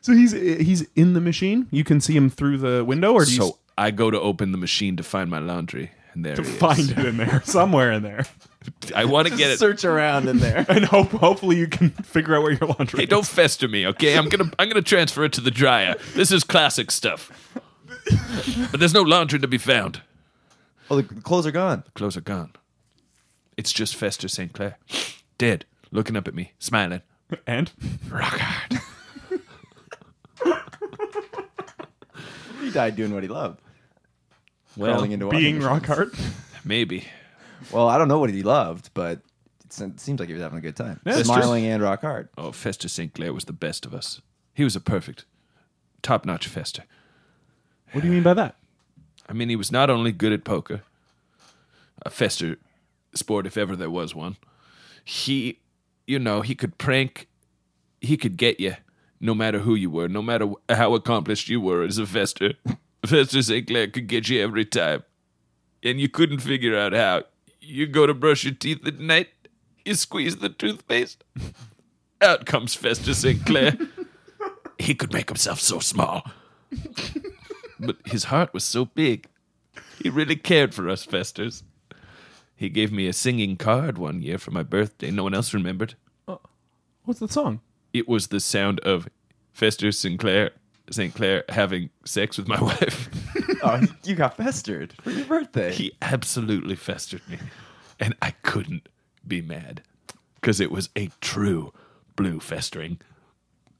Speaker 1: So he's he's in the machine. You can see him through the window, or do you
Speaker 4: so I go to open the machine to find my laundry, and there to
Speaker 1: s- find it in there somewhere in there,
Speaker 4: I want to get it.
Speaker 5: Search around in there.
Speaker 1: and hope hopefully you can figure out where your laundry.
Speaker 4: Hey,
Speaker 1: is.
Speaker 4: don't fester me, okay? I'm gonna I'm gonna transfer it to the dryer. This is classic stuff. But there's no laundry to be found.
Speaker 5: Well, the clothes are gone.
Speaker 4: Clothes are gone. It's just Fester St. Clair. Dead, looking up at me, smiling.
Speaker 1: and
Speaker 4: Rock hard.
Speaker 5: He died doing what he loved.
Speaker 4: Well,
Speaker 5: crawling into
Speaker 1: being
Speaker 5: washing
Speaker 1: rock hard.
Speaker 4: maybe.
Speaker 5: machines. Well, I don't know what he loved, but it se- seems like he was having a good time,
Speaker 1: that's
Speaker 5: smiling and rock hard.
Speaker 4: Oh, Fester St. Clair was the best of us. He was a perfect, top notch Fester.
Speaker 1: What do you mean by that?
Speaker 4: I mean, he was not only good at poker, a fester sport if ever there was one. He, you know, he could prank, he could get you, no matter who you were, no matter wh- how accomplished you were as a fester. Fester St. Clair could get you every time, and you couldn't figure out how. You go to brush your teeth at night, you squeeze the toothpaste, out comes Fester St. Clair. he could make himself so small but his heart was so big. He really cared for us festers. He gave me a singing card one year for my birthday. No one else remembered.
Speaker 1: What's the song?
Speaker 4: It was the sound of Fester Sinclair St. Clair having sex with my wife.
Speaker 5: Oh, you got festered for your birthday.
Speaker 4: He absolutely festered me. And I couldn't be mad. Cause it was a true blue festering.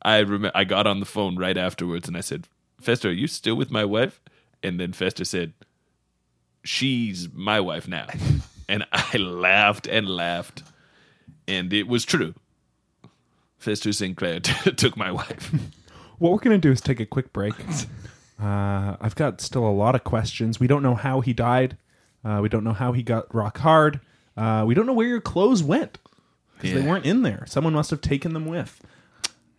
Speaker 4: I remember I got on the phone right afterwards and I said, Fester, are you still with my wife? And then Fester said, She's my wife now. And I laughed and laughed. And it was true. Fester Sinclair took my wife.
Speaker 1: What we're going to do is take a quick break. Uh, I've got still a lot of questions. We don't know how he died. Uh, we don't know how he got rock hard. Uh, we don't know where your clothes went because they
Speaker 4: Yeah.
Speaker 1: weren't in there. Someone must have taken them with.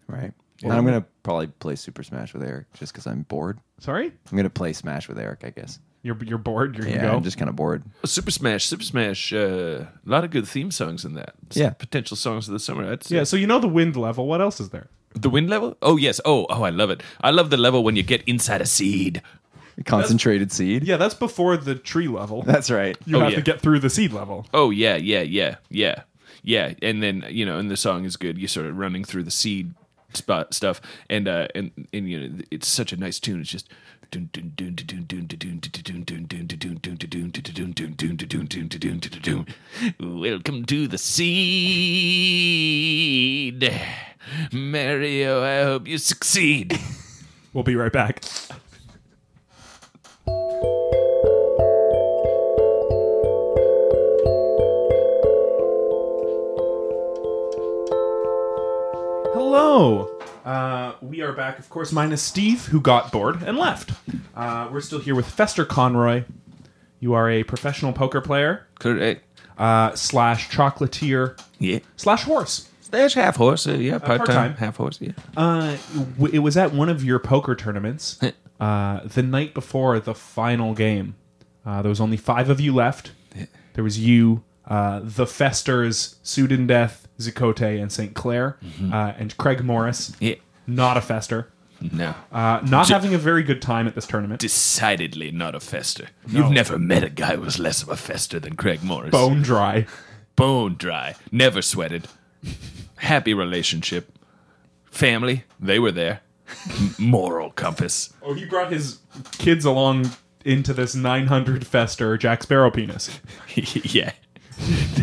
Speaker 5: right. And I'm gonna probably play Super Smash with Eric just because I'm bored.
Speaker 1: Sorry,
Speaker 5: I'm gonna play Smash with Eric, I guess.
Speaker 1: you're you're bored. You're
Speaker 5: Yeah,
Speaker 1: gonna go.
Speaker 5: I'm just kind of bored.
Speaker 4: Super Smash, Super Smash, uh, a lot of good theme songs in that. Some
Speaker 5: Yeah.
Speaker 4: potential songs of the summer. That's
Speaker 1: yeah. So you know the wind level. What else is there?
Speaker 4: the wind level. Oh yes. Oh oh, I love it. I love the level when you get inside a seed.
Speaker 5: Concentrated seed.
Speaker 1: Yeah, that's before the tree level.
Speaker 5: That's right.
Speaker 1: You
Speaker 4: Oh,
Speaker 1: have
Speaker 4: yeah.
Speaker 1: to get through the seed level.
Speaker 4: Oh yeah, yeah, yeah, yeah, yeah. And then you know, and the song is good. You're sort of running through the seed spot stuff, and uh, and and you know, it's such a nice tune. It's just. Welcome to the seed, Mario. I hope you succeed.
Speaker 1: We'll be right back. Hello. Uh, we are back, of course, minus Steve, who got bored and left. Uh, we're still here with Fester Conroy. You are a professional poker player
Speaker 4: Correct.
Speaker 1: uh, slash chocolatier
Speaker 4: Yeah.
Speaker 1: slash horse.
Speaker 4: There's half horse. Uh, yeah, part
Speaker 1: part-time.
Speaker 4: time half horse. Yeah.
Speaker 1: Uh, w- it was at one of your poker tournaments uh, the night before the final game. Uh, there was only five of you left. There was you, uh, the Festers, Sudan Death, Zicote, and St. Clair, uh, and Craig Morris.
Speaker 4: Mm-hmm. Yeah.
Speaker 1: Not a Fester.
Speaker 4: No.
Speaker 1: Uh, not having a very good time at this tournament.
Speaker 4: decidedly not a fester. You've never met a guy who was less of a fester than Craig Morris.
Speaker 1: Bone dry.
Speaker 4: Bone dry, never sweated. Happy relationship. Family, they were there. M- Moral compass.
Speaker 1: Oh, he brought his kids along into this 900 Fester Jack Sparrow penis.
Speaker 4: yeah.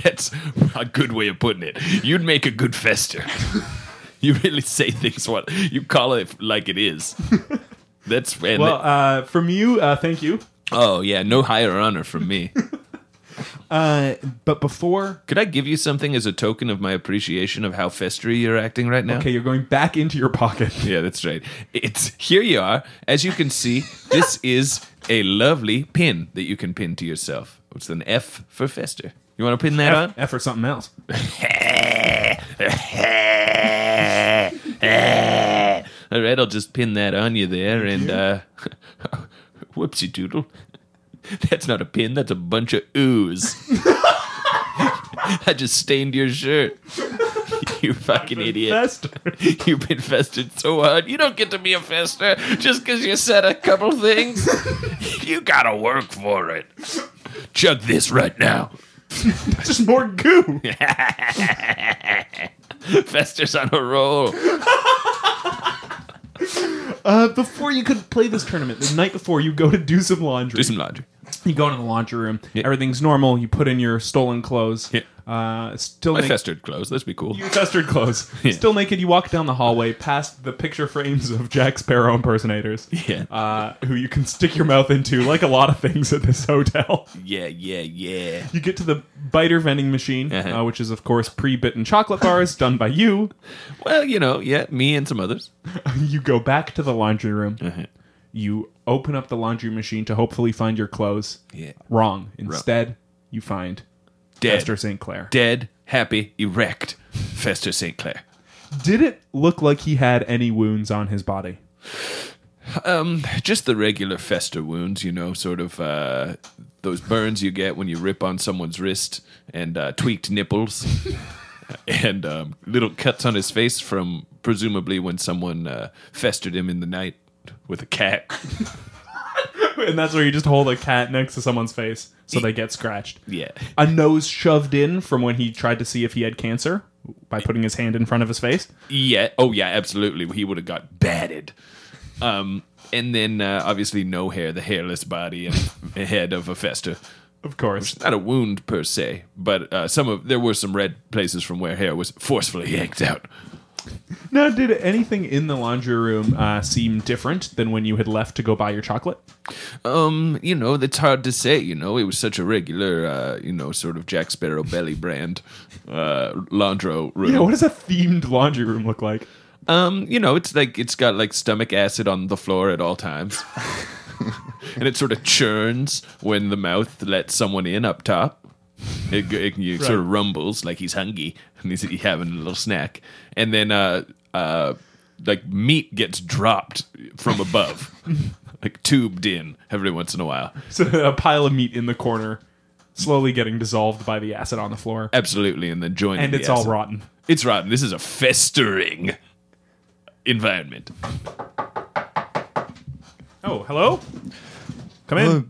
Speaker 4: That's a good way of putting it. You'd make a good fester. you really say things what you call it like it is. That's and
Speaker 1: Well, uh, from you, uh, thank you.
Speaker 4: oh yeah, no higher honor from me.
Speaker 1: Uh, but before
Speaker 4: Could I give you something as a token of my appreciation of how festery you're acting right now?
Speaker 1: Okay, you're going back into your pocket.
Speaker 4: Yeah, that's right. It's here you are. As you can see, this is a lovely pin that you can pin to yourself. It's an F for Fester. You want to pin that on?
Speaker 1: F or something else.
Speaker 4: All right, I'll just pin that on you there, and uh, whoopsie doodle. That's not a pin. That's a bunch of ooze. I just stained your shirt. You fucking idiot.
Speaker 1: Fester.
Speaker 4: You've been fested so hard. You don't get to be a fester just because you said a couple things. you gotta work for it. Chug this right now.
Speaker 1: Just more goo.
Speaker 4: Fester's on a roll.
Speaker 1: Uh, before you could play this tournament, the night before you go to do some laundry.
Speaker 4: Do some laundry.
Speaker 1: you go into the laundry room. Everything's normal. You put in your stolen clothes.
Speaker 4: Yeah.
Speaker 1: Uh, still
Speaker 4: My
Speaker 1: na-
Speaker 4: festered clothes. That'd be cool.
Speaker 1: You festered clothes.
Speaker 4: Yeah.
Speaker 1: Still naked. You walk down the hallway past the picture frames of Jack Sparrow impersonators.
Speaker 4: Yeah.
Speaker 1: Uh, who you can stick your mouth into, like a lot of things at this hotel.
Speaker 4: Yeah, yeah, yeah.
Speaker 1: You get to the biter vending machine,
Speaker 4: Uh-huh.
Speaker 1: uh, which is, of course, pre-bitten chocolate bars done by you.
Speaker 4: Well, you know, yeah, me and some others.
Speaker 1: you go back to the laundry room. You open up the laundry machine to hopefully find your clothes.
Speaker 4: Yeah.
Speaker 1: Wrong. Instead, you find
Speaker 4: Dead.
Speaker 1: Esther St. Clair.
Speaker 4: Dead, happy, erect. Fester St. Clair.
Speaker 1: Did it look like he had any wounds on his body?
Speaker 4: Um, just the regular fester wounds, you know, sort of uh, those burns you get when you rip on someone's wrist and uh, tweaked nipples and um, little cuts on his face from presumably when someone uh, festered him in the night with a cat.
Speaker 1: and that's where you just hold a cat next to someone's face so they get scratched.
Speaker 4: Yeah.
Speaker 1: A nose shoved in from when he tried to see if he had cancer by putting his hand in front of his face.
Speaker 4: Yeah. Oh, yeah, absolutely. He would have got batted. Um, and then uh, obviously no hair, the hairless body and head of a fester.
Speaker 1: Of course.
Speaker 4: not a wound per se, but uh, some of there were some red places from where hair was forcefully yanked out.
Speaker 1: Now, did anything in the laundry room uh, seem different than when you had left to go buy your chocolate?
Speaker 4: Um, you know, that's hard to say. You know, it was such a regular, uh, you know, sort of Jack Sparrow belly brand, uh, Landro room.
Speaker 1: Yeah, what does a themed laundry room look like?
Speaker 4: um, you know, it's like it's got like stomach acid on the floor at all times, and it sort of churns when the mouth lets someone in up top. It, g- it, it sort of rumbles like he's hungry and he's having a little snack, and then uh, uh, like meat gets dropped from above, like tubed in every once in a while.
Speaker 1: So a pile of meat in the corner, slowly getting dissolved by the acid on the floor,
Speaker 4: Absolutely, and then joining.
Speaker 1: and
Speaker 4: the
Speaker 1: it's all
Speaker 4: acid.
Speaker 1: rotten.
Speaker 4: It's rotten. This is a festering environment.
Speaker 1: Oh, hello. Come in.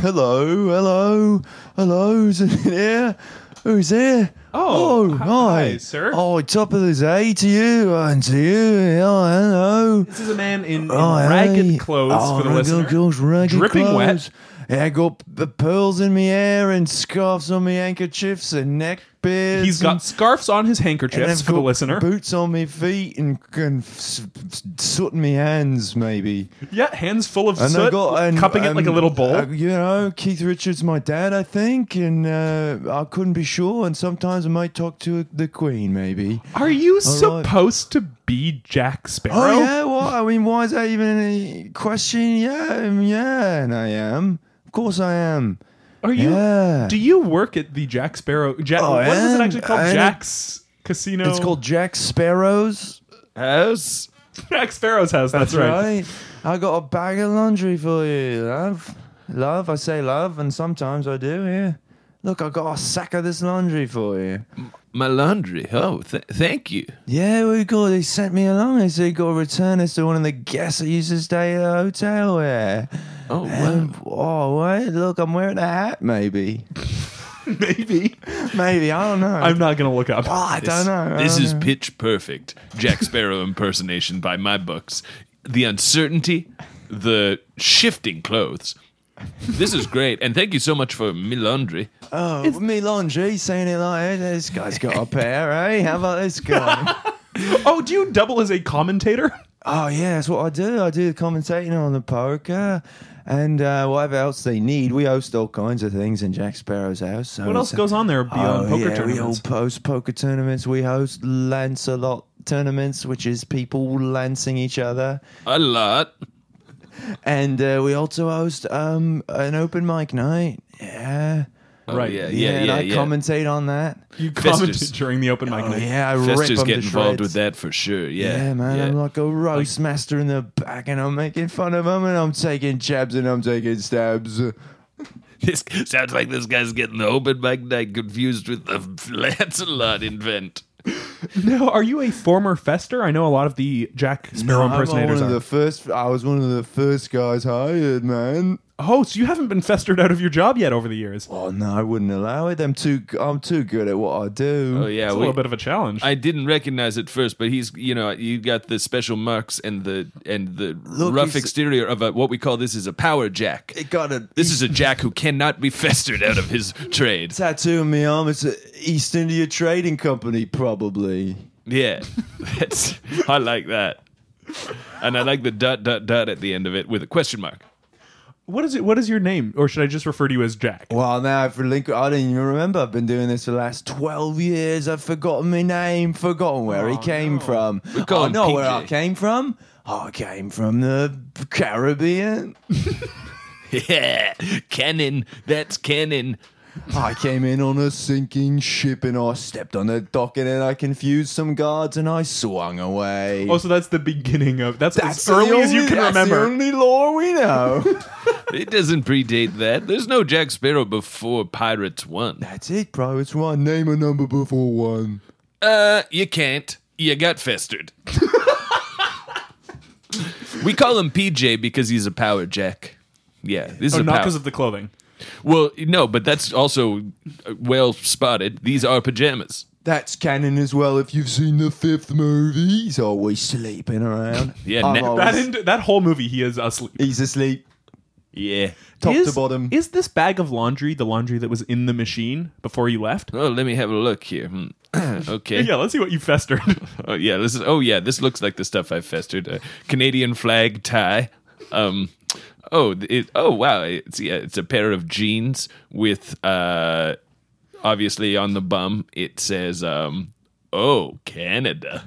Speaker 5: Hello, hello, hello. Who's in here? Who's here?
Speaker 1: Oh, hi-
Speaker 5: hi,
Speaker 1: hi, sir.
Speaker 5: Oh, top of the day to you and to you. Oh, hello.
Speaker 1: This is a man in, in
Speaker 5: Oh, hey.
Speaker 1: ragged clothes
Speaker 5: Oh,
Speaker 1: for the
Speaker 5: ragged
Speaker 1: listener.
Speaker 5: clothes, ragged
Speaker 1: Dripping wet.
Speaker 5: clothes. Yeah, I got the pearls in my hair and scarves on my handkerchiefs and neck beards.
Speaker 1: He's got
Speaker 5: and-
Speaker 1: scarves on his
Speaker 5: and
Speaker 1: handkerchiefs
Speaker 5: I've
Speaker 1: for the
Speaker 5: got
Speaker 1: listener.
Speaker 5: Boots on my feet and, and s- s- soot in my hands, maybe.
Speaker 1: Yeah, hands full of
Speaker 5: And I
Speaker 1: soot,
Speaker 5: got and,
Speaker 1: cupping it like a
Speaker 5: um,
Speaker 1: little bowl.
Speaker 5: uh, you know, Keith Richards, my dad, I think, and uh, I couldn't be sure. And sometimes I might talk to the Queen, maybe.
Speaker 1: Are you
Speaker 5: right.
Speaker 1: supposed to be Jack Sparrow?
Speaker 5: Oh yeah, well, I mean, why is that even a question? Yeah, um, yeah, and I am. Of course, I am.
Speaker 1: Are you?
Speaker 5: Yeah.
Speaker 1: Do you work at the Jack Sparrow? Jack,
Speaker 5: Oh,
Speaker 1: what is it
Speaker 5: and-
Speaker 1: actually called?
Speaker 5: and-
Speaker 1: Jack's Casino.
Speaker 5: It's called Jack Sparrows.
Speaker 4: House.
Speaker 1: Jack Sparrow's house. That's, right.
Speaker 5: I got a bag of laundry for you, love. Love, I say love, and sometimes I do. Yeah. Look, I got a sack of this laundry for you.
Speaker 4: My laundry. Oh, th- thank you.
Speaker 5: Yeah, we got. They sent me along. They said, "Got to return us to one of the guests that used to stay at the hotel." There.
Speaker 4: Oh, wow.
Speaker 5: Um, oh wait, look, I'm wearing a hat. Maybe,
Speaker 1: Maybe.
Speaker 5: maybe I don't know.
Speaker 1: I'm not gonna look up.
Speaker 5: Oh, I don't know. I
Speaker 4: This
Speaker 5: don't
Speaker 4: is
Speaker 5: know.
Speaker 4: pitch perfect. Jack Sparrow impersonation by my books. The uncertainty, the shifting clothes. This is great, and thank you so much for me laundry.
Speaker 5: oh, me laundry saying it like hey, this guy's got a pair, eh? How about this guy?
Speaker 1: Oh, do you double as a commentator?
Speaker 5: oh yeah, that's what I do. I do the commentating on the poker. And uh, whatever else they need, we host all kinds of things in Jack Sparrow's house. So
Speaker 1: What else
Speaker 5: it's- uh, oh,
Speaker 1: goes on there beyond poker
Speaker 5: yeah,
Speaker 1: tournaments?
Speaker 5: We host poker tournaments. We host Lancelot tournaments, which is people lancing each other.
Speaker 4: A lot.
Speaker 5: And uh, we also host um, an open mic night. Yeah.
Speaker 4: Oh,
Speaker 1: Right.
Speaker 4: Yeah.
Speaker 5: Yeah,
Speaker 4: Yeah.
Speaker 5: and
Speaker 4: Yeah.
Speaker 5: I
Speaker 4: yeah.
Speaker 5: commentate on that.
Speaker 1: You commented
Speaker 4: Festers.
Speaker 1: during the open mic
Speaker 5: Oh,
Speaker 1: night.
Speaker 5: yeah, I rip
Speaker 4: Fester's
Speaker 5: them
Speaker 4: getting
Speaker 5: to
Speaker 4: involved
Speaker 5: shreds.
Speaker 4: with that for sure. Yeah.
Speaker 5: Yeah, man, I'm
Speaker 4: yeah.
Speaker 5: like a roast master in the back, and I'm making fun of them, and I'm taking jabs and I'm taking stabs.
Speaker 4: This sounds like this guy's getting the open mic night confused with the Lancelot invent.
Speaker 1: Now, are you a former fester? I know a lot of the Jack Sparrow
Speaker 5: I'm
Speaker 1: impersonators
Speaker 5: one
Speaker 1: are.
Speaker 5: of the first. I was one of the first guys hired, man.
Speaker 1: oh, so you haven't been festered out of your job yet over the years.
Speaker 5: Oh no, I wouldn't allow it. I'm too. I'm too good at what I do.
Speaker 4: Oh yeah,
Speaker 1: It's a
Speaker 4: we-
Speaker 1: little bit of a challenge.
Speaker 4: I didn't recognize it first, but he's you know you got the special marks and the and the
Speaker 5: Look,
Speaker 4: rough
Speaker 5: he's-
Speaker 4: exterior of a, what we call this is a power jack.
Speaker 5: It got a
Speaker 4: This is a jack who cannot be festered out of his trade.
Speaker 5: tattoo on my arm. It's an East India Trading Company, probably.
Speaker 4: Yeah, that's I like that, and I like the dot dot dot at the end of it with a question mark.
Speaker 1: what is it? What is your name, or should I just refer to you as Jack?
Speaker 5: Well, now I've relinqu- I didn't even remember. I've been doing this for the last 12 years. I've forgotten my name, forgotten where
Speaker 1: Oh,
Speaker 5: he came from. We
Speaker 4: call
Speaker 5: oh,
Speaker 4: him
Speaker 5: know where
Speaker 4: PJ.
Speaker 5: I came from. I came from the Caribbean.
Speaker 4: Yeah, cannon. That's cannon.
Speaker 5: I came in on a sinking ship and I stepped on a dock and then I confused some guards and I swung away.
Speaker 1: Oh, so that's the beginning of that's, as
Speaker 5: the
Speaker 1: early as you
Speaker 5: only-
Speaker 1: can
Speaker 5: that's
Speaker 1: remember.
Speaker 5: the only lore we know.
Speaker 4: It doesn't predate that. There's no Jack Sparrow before Pirates One.
Speaker 5: that's it, bro. It's one. Name a number before one.
Speaker 4: Uh, you can't. You got festered. we call him PJ because he's a power jack. Yeah, this
Speaker 1: oh,
Speaker 4: is a
Speaker 1: not
Speaker 4: power.
Speaker 1: because of the clothing.
Speaker 4: well, no, but that's also uh, well spotted. These are pajamas.
Speaker 5: That's canon as well. If you've seen the fifth movie, he's always sleeping around.
Speaker 4: Yeah,
Speaker 5: I'm
Speaker 4: na-
Speaker 5: always-
Speaker 1: That in, that whole movie, he is asleep,
Speaker 5: he's asleep,
Speaker 4: Yeah.
Speaker 5: top
Speaker 1: is,
Speaker 5: to bottom.
Speaker 1: Is this bag of laundry the laundry that was in the machine before you left?
Speaker 4: Oh, let me have a look here. Hmm. okay.
Speaker 1: Yeah, let's see what you festered.
Speaker 4: Oh yeah, this is. Oh yeah, this looks like the stuff I festered. Uh, Canadian flag tie. Um, oh, it, oh wow, it's yeah, it's a pair of jeans with uh, obviously on the bum it says um, oh Canada.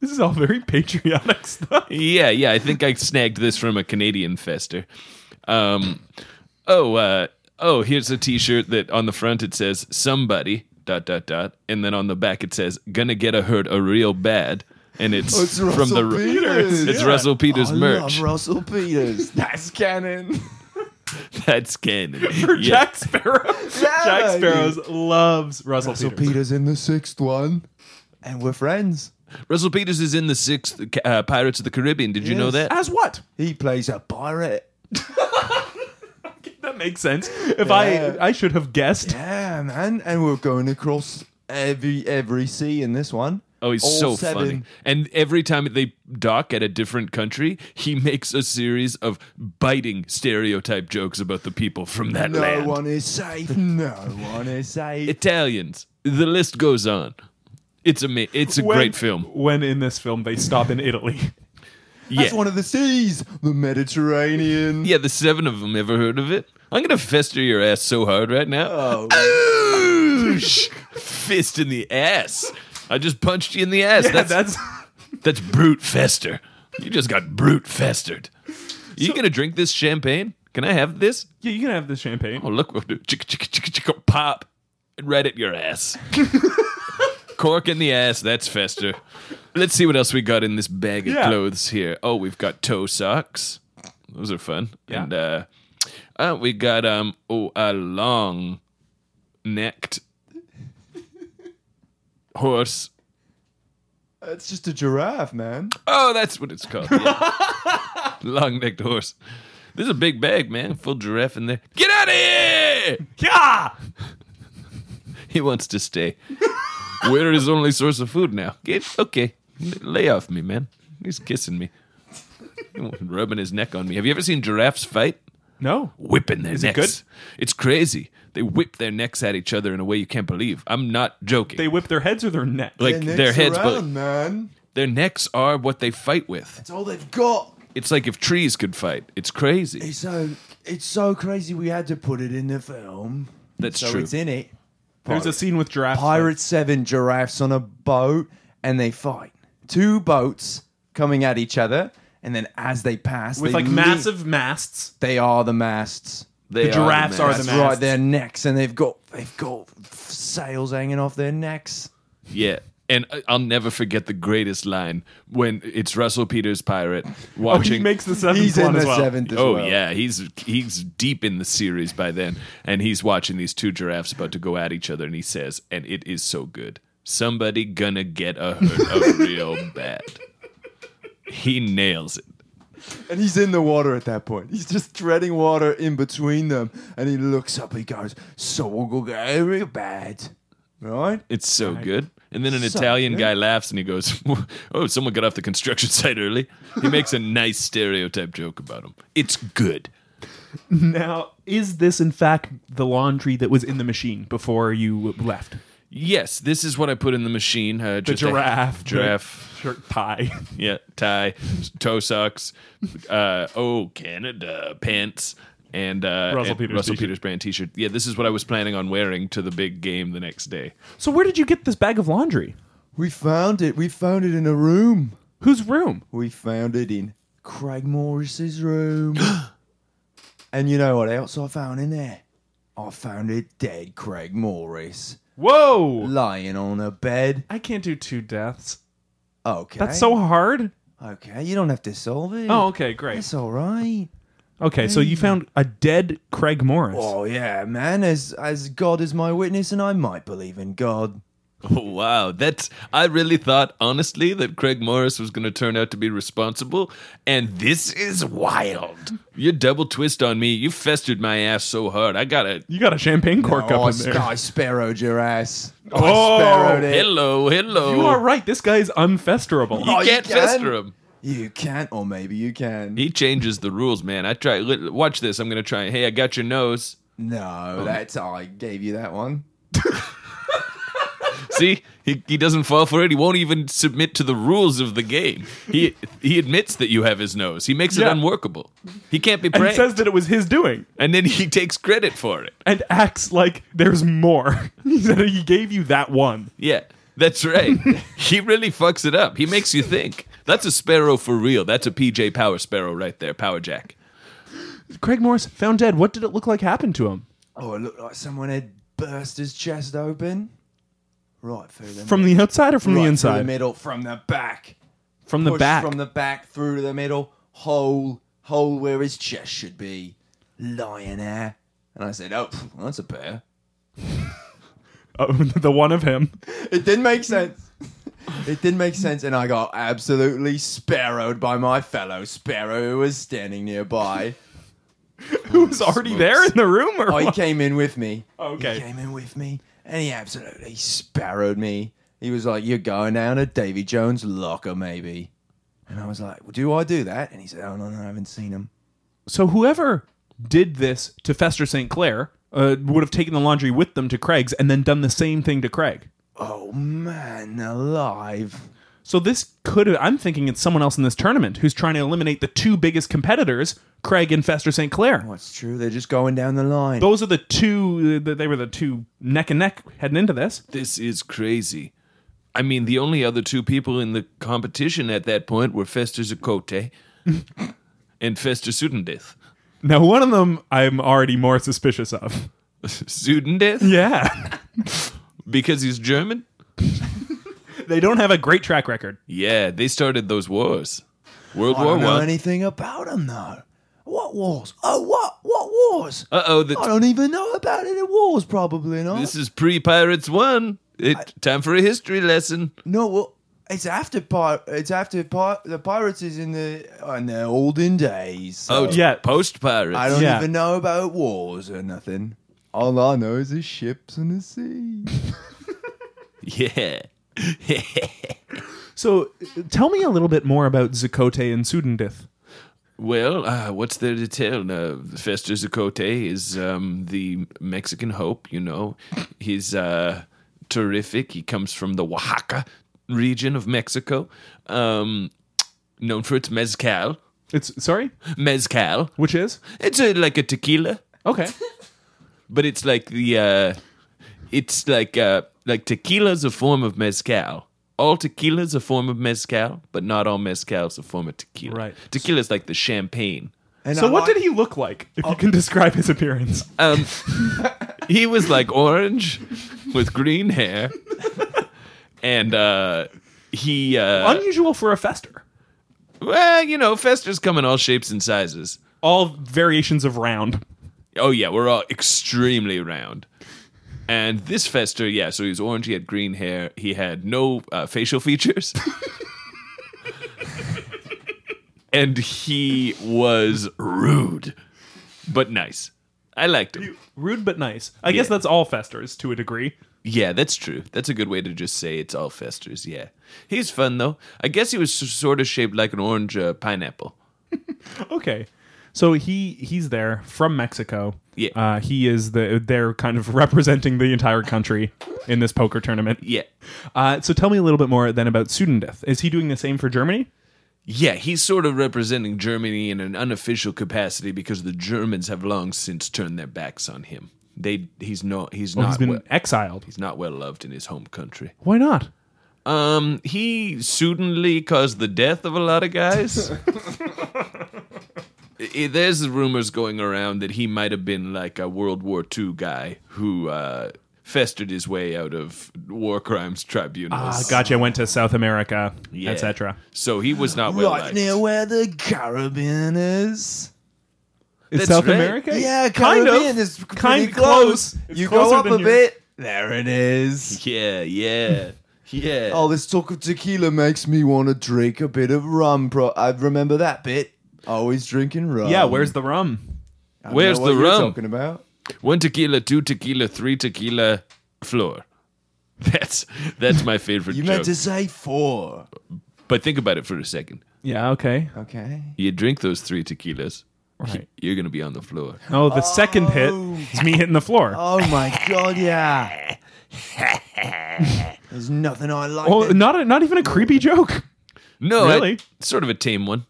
Speaker 1: this is all very patriotic stuff.
Speaker 4: Yeah, yeah, I think I snagged this from a Canadian fester. Um, oh, uh, oh, here's a T-shirt that on the front it says somebody dot dot dot, and then on the back it says gonna get a hurt a real bad. and it's,
Speaker 5: Oh, It's
Speaker 4: from
Speaker 5: Russell
Speaker 4: the
Speaker 5: Peters.
Speaker 4: it's
Speaker 5: Yeah.
Speaker 4: Russell Peters
Speaker 5: I
Speaker 4: merch.
Speaker 5: love Russell Peters. That's canon.
Speaker 4: That's canon. yeah.
Speaker 1: Jack Sparrow. Jack
Speaker 5: Yeah.
Speaker 1: Sparrows loves Russell,
Speaker 5: Russell
Speaker 1: Peters.
Speaker 5: Peters in the sixth one, and we're friends.
Speaker 4: Russell Peters is in the sixth uh, Pirates of the Caribbean. Did you know
Speaker 5: Yes.
Speaker 4: that?
Speaker 1: As what?
Speaker 5: He plays a pirate.
Speaker 1: That makes sense. If
Speaker 5: Yeah.
Speaker 1: I I should have guessed.
Speaker 5: Yeah, man. And we're going across every every sea in this one.
Speaker 4: Oh, he's
Speaker 5: All
Speaker 4: so
Speaker 5: seven.
Speaker 4: funny. And every time they dock at a different country, he makes a series of biting stereotype jokes about the people from that
Speaker 5: No
Speaker 4: land.
Speaker 5: one is safe. No one is safe.
Speaker 4: Italians. The list goes on. It's a ama- it's a
Speaker 1: When-
Speaker 4: great film.
Speaker 1: When in this film they stop in Italy.
Speaker 4: Yeah.
Speaker 5: That's one of the seas, the Mediterranean.
Speaker 4: yeah, the seven of them ever heard of it? I'm going to fester your ass so hard right now.
Speaker 5: Oh,
Speaker 4: Oosh! Fist in the ass. I just punched you in the ass. that's, that's
Speaker 1: that's
Speaker 4: brute fester. You just got brute festered. You going to drink this champagne? Can I have this?
Speaker 1: yeah. You can have the champagne.
Speaker 4: Oh, look, we'll do chicka chicka chicka chicka pop right at your ass. Cork in the ass, that's fester. Let's see what else we got in this bag of
Speaker 1: Yeah.
Speaker 4: clothes here. Oh, we've got toe socks. Those are fun.
Speaker 1: Yeah.
Speaker 4: And uh, uh we got um oh a long necked horse.
Speaker 5: That's just a giraffe, man.
Speaker 4: Oh, that's what it's called. long necked horse. This is a big bag, man. Full giraffe in there. Get out of here!
Speaker 1: Yeah.
Speaker 4: He wants to stay. We're his only source of food now. Get, okay, lay off me, man. He's kissing me, rubbing his neck on me. Have you ever seen giraffes fight?
Speaker 1: No.
Speaker 4: Whipping their necks.
Speaker 1: good?
Speaker 4: It's crazy. They whip their necks at each other in a way you can't believe. I'm not joking.
Speaker 1: They whip their heads or their neck.
Speaker 4: like
Speaker 5: Their necks
Speaker 4: their heads,
Speaker 5: around,
Speaker 4: but
Speaker 5: man.
Speaker 4: their necks are what they fight with.
Speaker 5: It's all they've got.
Speaker 4: It's like if trees could fight. It's crazy.
Speaker 5: It's so it's so crazy. We had to put it in the film.
Speaker 4: That's
Speaker 5: so
Speaker 4: true.
Speaker 5: It's in it.
Speaker 1: There's a scene with giraffe.
Speaker 5: Pirate Seven giraffes on a boat, and they fight. Two boats coming at each other, and then as they pass,
Speaker 1: with
Speaker 5: they
Speaker 1: like
Speaker 5: leap-
Speaker 1: massive masts.
Speaker 5: They are the masts.
Speaker 4: They
Speaker 1: the giraffes are the
Speaker 5: That's
Speaker 1: masts.
Speaker 5: right, their necks, and they've got they've got f- sails hanging off their necks.
Speaker 4: Yeah. And I- I'll never forget the greatest line when it's Russell Peters pirate watching
Speaker 1: Oh, he makes the seventh
Speaker 5: He's
Speaker 1: one
Speaker 5: in
Speaker 1: as
Speaker 5: the
Speaker 1: well.
Speaker 5: seventh as
Speaker 4: Oh
Speaker 5: well.
Speaker 4: yeah, he's he's deep in the series by then, and he's watching these two giraffes about to go at each other, and he says, "And it is so good. Somebody gonna get a hurt a real bad." He nails it.
Speaker 5: And he's in the water at that point. He's just treading water in between them. And he looks up, he goes, So we'll go get real bad. Right?
Speaker 4: It's so good. And then an
Speaker 5: So
Speaker 4: Italian
Speaker 5: good.
Speaker 4: guy laughs and he goes, "Oh, someone got off the construction site early." He makes a nice stereotype joke about him. It's good.
Speaker 1: Now, is this in fact the laundry that was in the machine before you left?
Speaker 4: Yes, this is what I put in the machine. Uh,
Speaker 1: The
Speaker 4: just a-
Speaker 1: giraffe.
Speaker 4: giraffe.
Speaker 1: the Shirt tie.
Speaker 4: Yeah, tie, toe socks, uh, oh Canada pants, and uh,
Speaker 1: Russell
Speaker 4: and
Speaker 1: Peters
Speaker 4: Russell
Speaker 1: t-shirt.
Speaker 4: Peters brand T-shirt. Yeah, this is what I was planning on wearing to the big game the next day.
Speaker 1: so where did you get this bag of laundry?
Speaker 5: We found it. We found it in a room.
Speaker 1: Whose room?
Speaker 5: We found it in Craig Morris's room. and you know what else I found in there? I found it dead Craig Morris.
Speaker 1: Whoa!
Speaker 5: Lying on a bed.
Speaker 1: I can't do two deaths.
Speaker 5: Okay.
Speaker 1: That's so hard.
Speaker 5: Okay, you don't have to solve it.
Speaker 1: Oh, okay, great.
Speaker 5: That's all right.
Speaker 1: Okay, so you found a dead Craig Morris.
Speaker 5: Oh yeah, man. As as God is my witness, and I might believe in God.
Speaker 4: Oh, wow, that's I really thought honestly that Craig Morris was going to turn out to be responsible, and this is wild. Your double twist on me. You festered my ass so hard. I gotta.
Speaker 1: You got a champagne cork
Speaker 5: oh,
Speaker 1: up
Speaker 5: I,
Speaker 1: in there.
Speaker 5: sp- I sparrowed your ass.
Speaker 1: Oh,
Speaker 5: I sparrowed it.
Speaker 4: Hello, hello.
Speaker 1: You are right. This guy is unfesterable.
Speaker 4: You
Speaker 5: Oh, you
Speaker 4: can't
Speaker 5: can?
Speaker 4: fester him.
Speaker 5: You can't, or maybe you can.
Speaker 4: He changes the rules, man. I try. li- Watch this. I'm gonna try. Hey, I got your nose. Oh.
Speaker 5: no, that's I gave you that one.
Speaker 4: See, he, he doesn't fall for it. He won't even submit to the rules of the game. He he admits that you have his nose. He makes it
Speaker 1: Yeah.
Speaker 4: unworkable. He can't be
Speaker 1: and
Speaker 4: pranked.
Speaker 1: says that it was his doing
Speaker 4: and then he takes credit for it.
Speaker 1: and acts like there's more. he said he gave you that one.
Speaker 4: Yeah, that's right. he really fucks it up. He makes you think. That's a sparrow for real. That's a PJ Power sparrow right there. Power Jack.
Speaker 1: Craig Morris found dead. What did it look like happened to him?
Speaker 5: Oh, it looked like someone had burst his chest open, right through the
Speaker 1: From the outside or from
Speaker 5: mid- right
Speaker 1: the
Speaker 5: through
Speaker 1: inside?
Speaker 5: middle, from the back.
Speaker 1: From the
Speaker 5: Push
Speaker 1: back.
Speaker 5: from the back through to the middle, hole, hole where his chest should be, lion air. And I said, "Oh, pff, that's a bear."
Speaker 1: Oh, the one of him.
Speaker 5: It didn't make sense. It didn't make sense, and I got absolutely sparrowed by my fellow sparrow who was standing nearby.
Speaker 1: Who was already there in the room? Or
Speaker 5: Oh, he
Speaker 1: what?
Speaker 5: came in with me.
Speaker 1: Okay.
Speaker 5: He came in with me, and he absolutely sparrowed me. He was like, You're going down to Davy Jones' locker, maybe. And I was like, well, Do I do that? And he said, Oh, no, no, I haven't seen him.
Speaker 1: So whoever did this to Fester St. Clair uh, would have taken the laundry with them to Craig's and then done the same thing to Craig.
Speaker 5: Oh, man, alive.
Speaker 1: So this could have, I'm thinking it's someone else in this tournament who's trying to eliminate the two biggest competitors, Craig and Fester St. Clair.
Speaker 5: What's true? They're just going down the line.
Speaker 1: Those are the two, uh, they were the two neck and neck heading into this.
Speaker 4: This is crazy. I mean, the only other two people in the competition at that point were Fester Zakote and Fester Sudendith.
Speaker 1: Now, one of them I'm already more suspicious of.
Speaker 4: Sudendith?
Speaker 1: Yeah.
Speaker 4: Because he's German?
Speaker 1: they don't have a great track record.
Speaker 4: Yeah, they started those wars. World
Speaker 5: I
Speaker 4: War
Speaker 5: don't know
Speaker 4: One.
Speaker 5: anything about him, though. What wars? Oh, what? What wars?
Speaker 4: Uh oh,
Speaker 5: I
Speaker 4: the,
Speaker 5: don't even know about any wars, probably not.
Speaker 4: this is pre Pirates One. It, time for a history lesson.
Speaker 5: No, well, it's after Pir- It's after Pir- the pirates is in the in the olden days. so
Speaker 4: Oh,
Speaker 1: Yeah.
Speaker 4: Post Pirates.
Speaker 5: I don't
Speaker 1: Yeah.
Speaker 5: even know about wars or nothing. All I know is the ships and the sea.
Speaker 4: Yeah.
Speaker 1: So uh, tell me a little bit more about Zakote and Sudendith.
Speaker 4: Well, uh, what's there to tell? Uh, Fester Zacote is um, the Mexican hope, you know. He's uh, terrific. He comes from the Oaxaca region of Mexico, um, known for its mezcal.
Speaker 1: It's, sorry?
Speaker 4: Mezcal.
Speaker 1: Which is?
Speaker 4: It's uh like a tequila,
Speaker 1: Okay.
Speaker 4: but it's like the. Uh, it's like uh, like tequila's a form of mezcal. All tequila's a form of mezcal, but not all mezcal's a form of tequila.
Speaker 1: Right.
Speaker 4: Tequila's like the champagne.
Speaker 5: And
Speaker 1: So
Speaker 5: I
Speaker 1: what
Speaker 5: like-
Speaker 1: did he look like? If you can describe his appearance,
Speaker 4: Um, he was like orange with green hair, and uh, he uh,
Speaker 1: unusual for a fester.
Speaker 4: well, you know, Fester's come in all shapes and sizes.
Speaker 1: All variations of round.
Speaker 4: Oh yeah, we're all extremely round. And this Fester, yeah, so he was orange. He had green hair. He had no uh, facial features. and he was rude, but nice. I liked him.
Speaker 1: Rude but nice. I guess that's all festers to a degree.
Speaker 4: Yeah, that's true. That's a good way to just say it's all festers. Yeah, he's fun though. I guess he was s- sort of shaped like an orange uh, pineapple.
Speaker 1: Okay. So he he's there from Mexico.
Speaker 4: Yeah.
Speaker 1: Uh, he is the they're kind of representing the entire country in this poker tournament.
Speaker 4: Yeah,
Speaker 1: Uh, so tell me a little bit more then about Sudendith. Is he doing the same for Germany?
Speaker 4: yeah, he's sort of representing Germany in an unofficial capacity because the Germans have long since turned their backs on him. They he's no he's
Speaker 1: Well,
Speaker 4: not
Speaker 1: Oh, he's been
Speaker 4: Uh, well,
Speaker 1: exiled.
Speaker 4: he's not well loved in his home country.
Speaker 1: Why not?
Speaker 4: Um, he suddenly caused the death of a lot of guys. I- There's rumors going around that he might have been like a World War II guy who uh, festered his way out of war crimes tribunals.
Speaker 1: Ah, gotcha. Went to South America,
Speaker 4: Uh, Yeah.
Speaker 1: etc.
Speaker 4: So he was not well
Speaker 5: Right
Speaker 4: liked.
Speaker 5: near where the Caribbean is.
Speaker 1: Is
Speaker 4: That's
Speaker 1: South
Speaker 4: right.
Speaker 1: America?
Speaker 5: Yeah,
Speaker 1: kind
Speaker 5: Caribbean
Speaker 1: of.
Speaker 5: is pretty
Speaker 1: kind of
Speaker 5: close.
Speaker 1: It's
Speaker 5: You
Speaker 1: closer
Speaker 5: go up
Speaker 1: than
Speaker 5: a
Speaker 1: you-
Speaker 5: bit. There it is.
Speaker 4: Yeah, yeah, yeah.
Speaker 5: Oh, this talk of tequila makes me want to drink a bit of rum. Pro, I remember that bit. Always drinking rum.
Speaker 1: Yeah, where's the rum?
Speaker 5: I don't
Speaker 4: where's
Speaker 5: know what
Speaker 4: the
Speaker 5: you're
Speaker 4: rum?
Speaker 5: Talking about.
Speaker 4: One tequila, two tequila, three tequila, floor. That's that's my favorite
Speaker 5: You
Speaker 4: joke.
Speaker 5: meant to say four.
Speaker 4: But think about it for a second.
Speaker 1: Yeah, okay.
Speaker 5: Okay.
Speaker 4: You drink those three tequilas,
Speaker 1: Right.
Speaker 4: you're gonna be on the floor.
Speaker 1: Oh, the second hit is me hitting the floor.
Speaker 5: Oh my god, yeah. There's nothing I like.
Speaker 1: Oh,
Speaker 5: that-
Speaker 1: not a, not even a creepy joke.
Speaker 4: No,
Speaker 1: Really?
Speaker 4: I- sort of a tame one.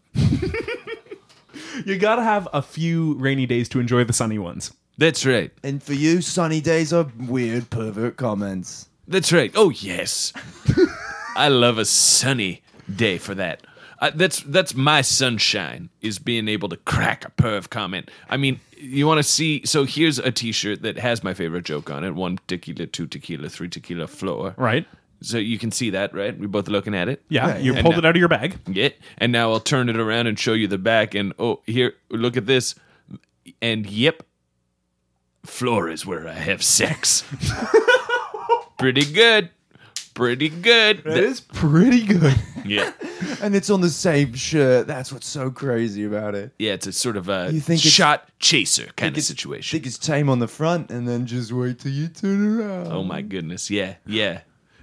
Speaker 1: You gotta have a few rainy days to enjoy the sunny ones.
Speaker 4: That's right.
Speaker 5: and for you, sunny days are weird, pervert comments.
Speaker 4: That's right. Oh yes, I love a sunny day for that. I, that's that's my sunshine is being able to crack a perv comment. I mean, you want to see? So here's a T-shirt that has my favorite joke on it: one tequila, two tequila, three tequila, floor.
Speaker 1: Right.
Speaker 4: So you can see that, right? We're both looking at it.
Speaker 1: Yeah,
Speaker 5: Yeah,
Speaker 1: you
Speaker 4: yeah.
Speaker 1: pulled it
Speaker 4: And-
Speaker 1: out of your bag.
Speaker 4: Yeah. And now I'll turn it around and show you the back. And oh, here, look at this. And yep, floor is where I have sex. Pretty good. Pretty good.
Speaker 5: It is pretty good.
Speaker 4: yeah.
Speaker 5: and it's on the same shirt. That's what's so crazy about it.
Speaker 4: Yeah, it's a sort of a
Speaker 5: You think it's-
Speaker 4: shot chaser kind of
Speaker 5: it's-
Speaker 4: situation.
Speaker 5: Think it's tame on the front and then just wait till you turn around.
Speaker 4: oh my goodness. Yeah. Yeah.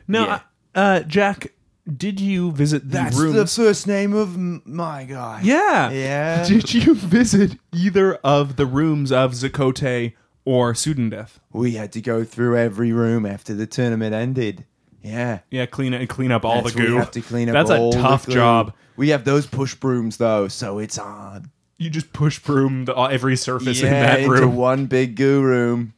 Speaker 1: No,
Speaker 4: Yeah.
Speaker 1: uh, Jack, did you visit the
Speaker 5: That's the
Speaker 1: rooms?
Speaker 5: first name of m- my guy.
Speaker 1: yeah,
Speaker 5: Yeah.
Speaker 1: Did you visit either of the rooms of Zakote or Sudendeth?
Speaker 5: We had to go through every room after the tournament ended. Yeah.
Speaker 1: Yeah, clean it, clean up all
Speaker 5: That's-
Speaker 1: the goo.
Speaker 5: We have to clean up
Speaker 1: That's
Speaker 5: all
Speaker 1: a
Speaker 5: the
Speaker 1: tough
Speaker 5: glue.
Speaker 1: job.
Speaker 5: We have those push brooms though, so it's on.
Speaker 1: You just push broom the, uh, every surface in
Speaker 5: Yeah,
Speaker 1: that
Speaker 5: into
Speaker 1: room.
Speaker 5: one big goo room.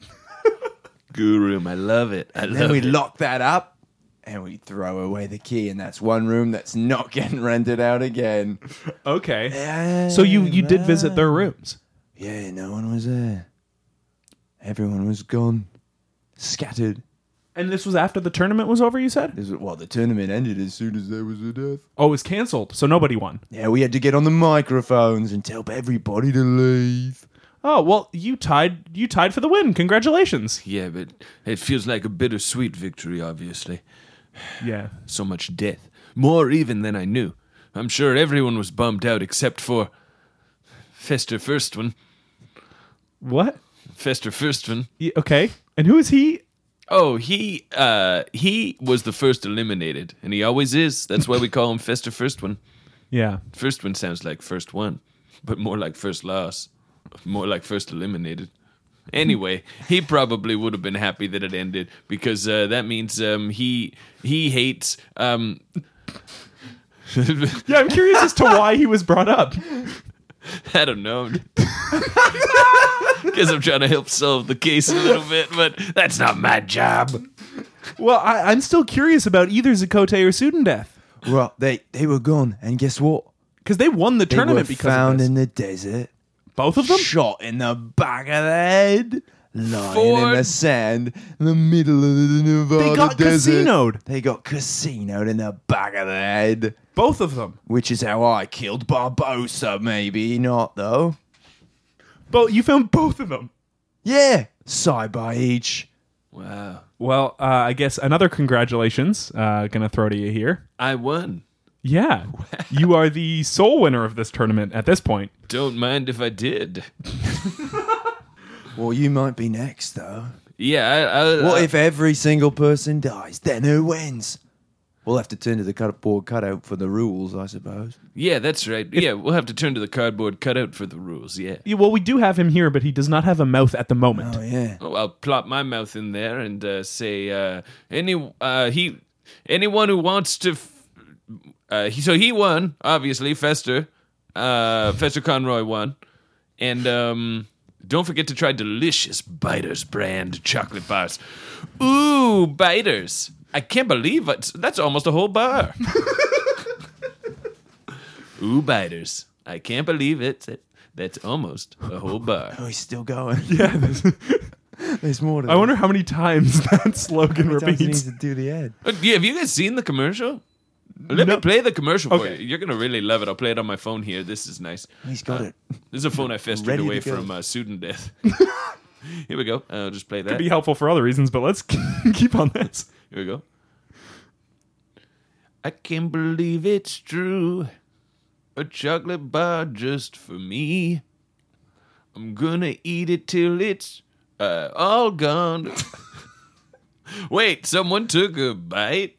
Speaker 4: Guru, I love it. I
Speaker 5: Then
Speaker 4: love
Speaker 5: we
Speaker 4: it.
Speaker 5: lock that up and we throw away the key, and that's one room that's not getting rented out again.
Speaker 1: Okay,
Speaker 5: Yeah,
Speaker 1: so you you did visit
Speaker 5: man.
Speaker 1: their rooms.
Speaker 5: Yeah, no one was there. Everyone was gone, scattered.
Speaker 1: And this was after the tournament was over, you said?
Speaker 5: This was- well, the tournament ended as soon as there was a death.
Speaker 1: Oh, it was canceled, so nobody won.
Speaker 5: Yeah, we had to get on the microphones and tell everybody to leave.
Speaker 1: Oh, well, you tied you tied for the win. Congratulations.
Speaker 4: Yeah, but it feels like a bittersweet victory, obviously.
Speaker 1: Yeah.
Speaker 4: so much death. More even than I knew. I'm sure everyone was bummed out except for Fester Firstman.
Speaker 1: What?
Speaker 4: Fester Firstman.
Speaker 1: Y- okay. And who is he?
Speaker 4: Oh, he uh he was the first eliminated, and he always is. That's why we call him Fester Firstman.
Speaker 1: Yeah.
Speaker 4: First one sounds like first one, but more like first loss. More like first eliminated. Anyway, he probably would have been happy that it ended because uh, that means um, he he hates um,
Speaker 1: Yeah, I'm curious as to why he was brought up.
Speaker 4: I don't know. Because I'm trying to help solve the case a little bit, but that's not my job.
Speaker 1: Well, I, I'm still curious about either Zakote or Sudendeath.
Speaker 5: Well, they they were gone, and guess what?
Speaker 1: Because they won the
Speaker 5: They
Speaker 1: tournament
Speaker 5: were
Speaker 1: because
Speaker 5: found
Speaker 1: of this.
Speaker 5: in the desert,
Speaker 1: both of them?
Speaker 5: shot in the back of the head, lying
Speaker 4: Ford.
Speaker 5: in the sand in the middle of the Nevada
Speaker 1: They got
Speaker 5: desert.
Speaker 1: casinoed.
Speaker 5: They got casinoed in the back of the head,
Speaker 1: Both of them.
Speaker 5: which is how I killed Barbosa. Maybe not though.
Speaker 1: Bo- you found both of them.
Speaker 5: Yeah, side by each.
Speaker 4: Wow.
Speaker 1: Well, uh, I guess another congratulations. Uh, gonna throw to you here.
Speaker 4: I won.
Speaker 1: Yeah, you are the sole winner of this tournament at this point.
Speaker 4: Don't mind if I did.
Speaker 5: Well, you might be next though.
Speaker 4: Yeah, I. uh, I
Speaker 1: Uh,
Speaker 5: What
Speaker 4: I-
Speaker 5: if every single person dies? Then who wins? We'll have to turn to the cardboard cutout for the rules, I suppose.
Speaker 4: Yeah, that's right. Yeah, we'll have to turn to the cardboard cutout for the rules. Yeah.
Speaker 1: Yeah, well, we do have him here, but he does not have a mouth at the moment.
Speaker 5: Oh yeah.
Speaker 4: Oh, I'll plop my mouth in there and uh, say, uh, any uh, he, anyone who wants to. F- uh, he, so he won, obviously. Fester, uh, Fester Conroy won, and um, don't forget to try delicious Biters brand chocolate bars. Ooh, Biters! I can't believe it. That's almost a whole bar. Ooh, Biters! I can't believe it. That's almost a whole bar.
Speaker 5: Oh, he's still going.
Speaker 1: Yeah, this-
Speaker 5: There's more to
Speaker 1: I wonder how many times that slogan
Speaker 5: needs
Speaker 1: repeats.
Speaker 5: to do the ad.
Speaker 4: Uh, Yeah, have you guys seen the commercial? Let me play the commercial for you. You're gonna really love it. I'll play it on my phone here. This is nice.
Speaker 5: He's
Speaker 1: Uh,
Speaker 5: got it.
Speaker 4: This is a phone I festered
Speaker 5: Ready to
Speaker 4: away
Speaker 5: go.
Speaker 4: from uh, Sudan death. here we go. I'll just play that.
Speaker 1: Be helpful for other reasons, but let's keep on this.
Speaker 4: Here we go. I can't believe it's true. A chocolate bar just for me. I'm gonna eat it till it's uh, all gone. Wait, someone took a bite?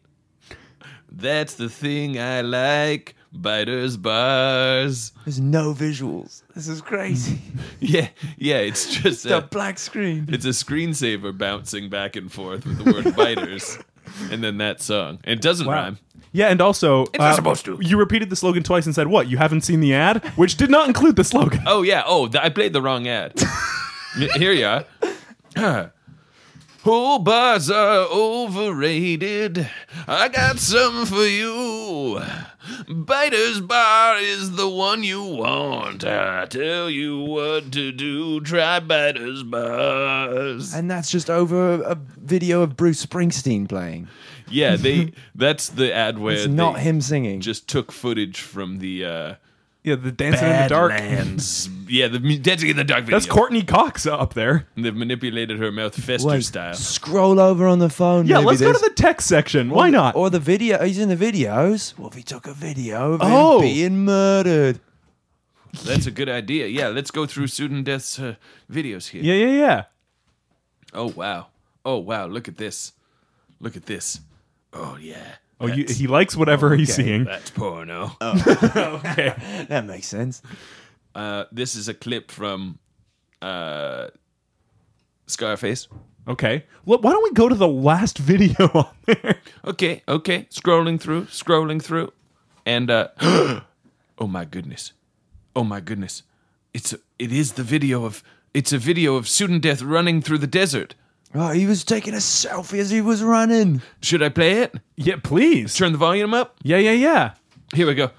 Speaker 4: That's the thing I like. Biters bars.
Speaker 5: There's no visuals. This is crazy.
Speaker 4: Yeah, yeah, it's just
Speaker 5: the
Speaker 4: uh,
Speaker 5: black screen.
Speaker 4: it's a screensaver bouncing back and forth with the word biters and then that song. It doesn't rhyme.
Speaker 1: Yeah, and also, it's
Speaker 4: not supposed to.
Speaker 1: You repeated the slogan twice and said, "What? You haven't seen the ad?" Which did not include the slogan.
Speaker 4: Oh yeah. Oh, th- I played the wrong ad. Y- Here you are. Oh, bars are overrated. I got some for you. Biter's Bar is the one you want. I tell you what to do. Try Biter's Bars.
Speaker 5: And that's just over a video of Bruce Springsteen playing.
Speaker 4: yeah, they that's the ad where
Speaker 5: It's not
Speaker 4: they
Speaker 5: him singing.
Speaker 4: just took footage from the uh
Speaker 1: Yeah, the dancing in the dark.
Speaker 4: Badlands. yeah, the mu- dancing in the dark video.
Speaker 1: That's Courtney Cox up there.
Speaker 4: And they've manipulated her mouth fester
Speaker 5: Wait,
Speaker 4: style.
Speaker 5: scroll over on the phone.
Speaker 1: Yeah,
Speaker 5: maybe
Speaker 1: let's go
Speaker 5: there's-
Speaker 1: to the text section. Why not?
Speaker 5: Or the video. He's in the videos. Well, if he took a video of
Speaker 1: Oh.
Speaker 5: him being murdered.
Speaker 4: That's a good idea. Yeah, let's go through Sudan Death's uh, videos here.
Speaker 1: yeah, yeah, yeah.
Speaker 4: Oh wow. Oh wow. Look at this. Look at this. Oh yeah.
Speaker 1: Oh, you, he likes whatever he's seeing.
Speaker 4: That's porno.
Speaker 5: That makes sense.
Speaker 4: Uh, this is a clip from uh, Scarface.
Speaker 1: Okay. Well, why don't we go to the last video on there?
Speaker 4: Okay, okay. Scrolling through, scrolling through, and uh, oh my goodness, oh my goodness, it's a, it is the video of it's a video of Sudan Death running through the desert.
Speaker 5: Oh, he was taking a selfie as he was running.
Speaker 4: Should I play it?
Speaker 1: Yeah, please.
Speaker 4: Turn the volume up.
Speaker 1: Yeah, yeah, yeah.
Speaker 4: Here we go.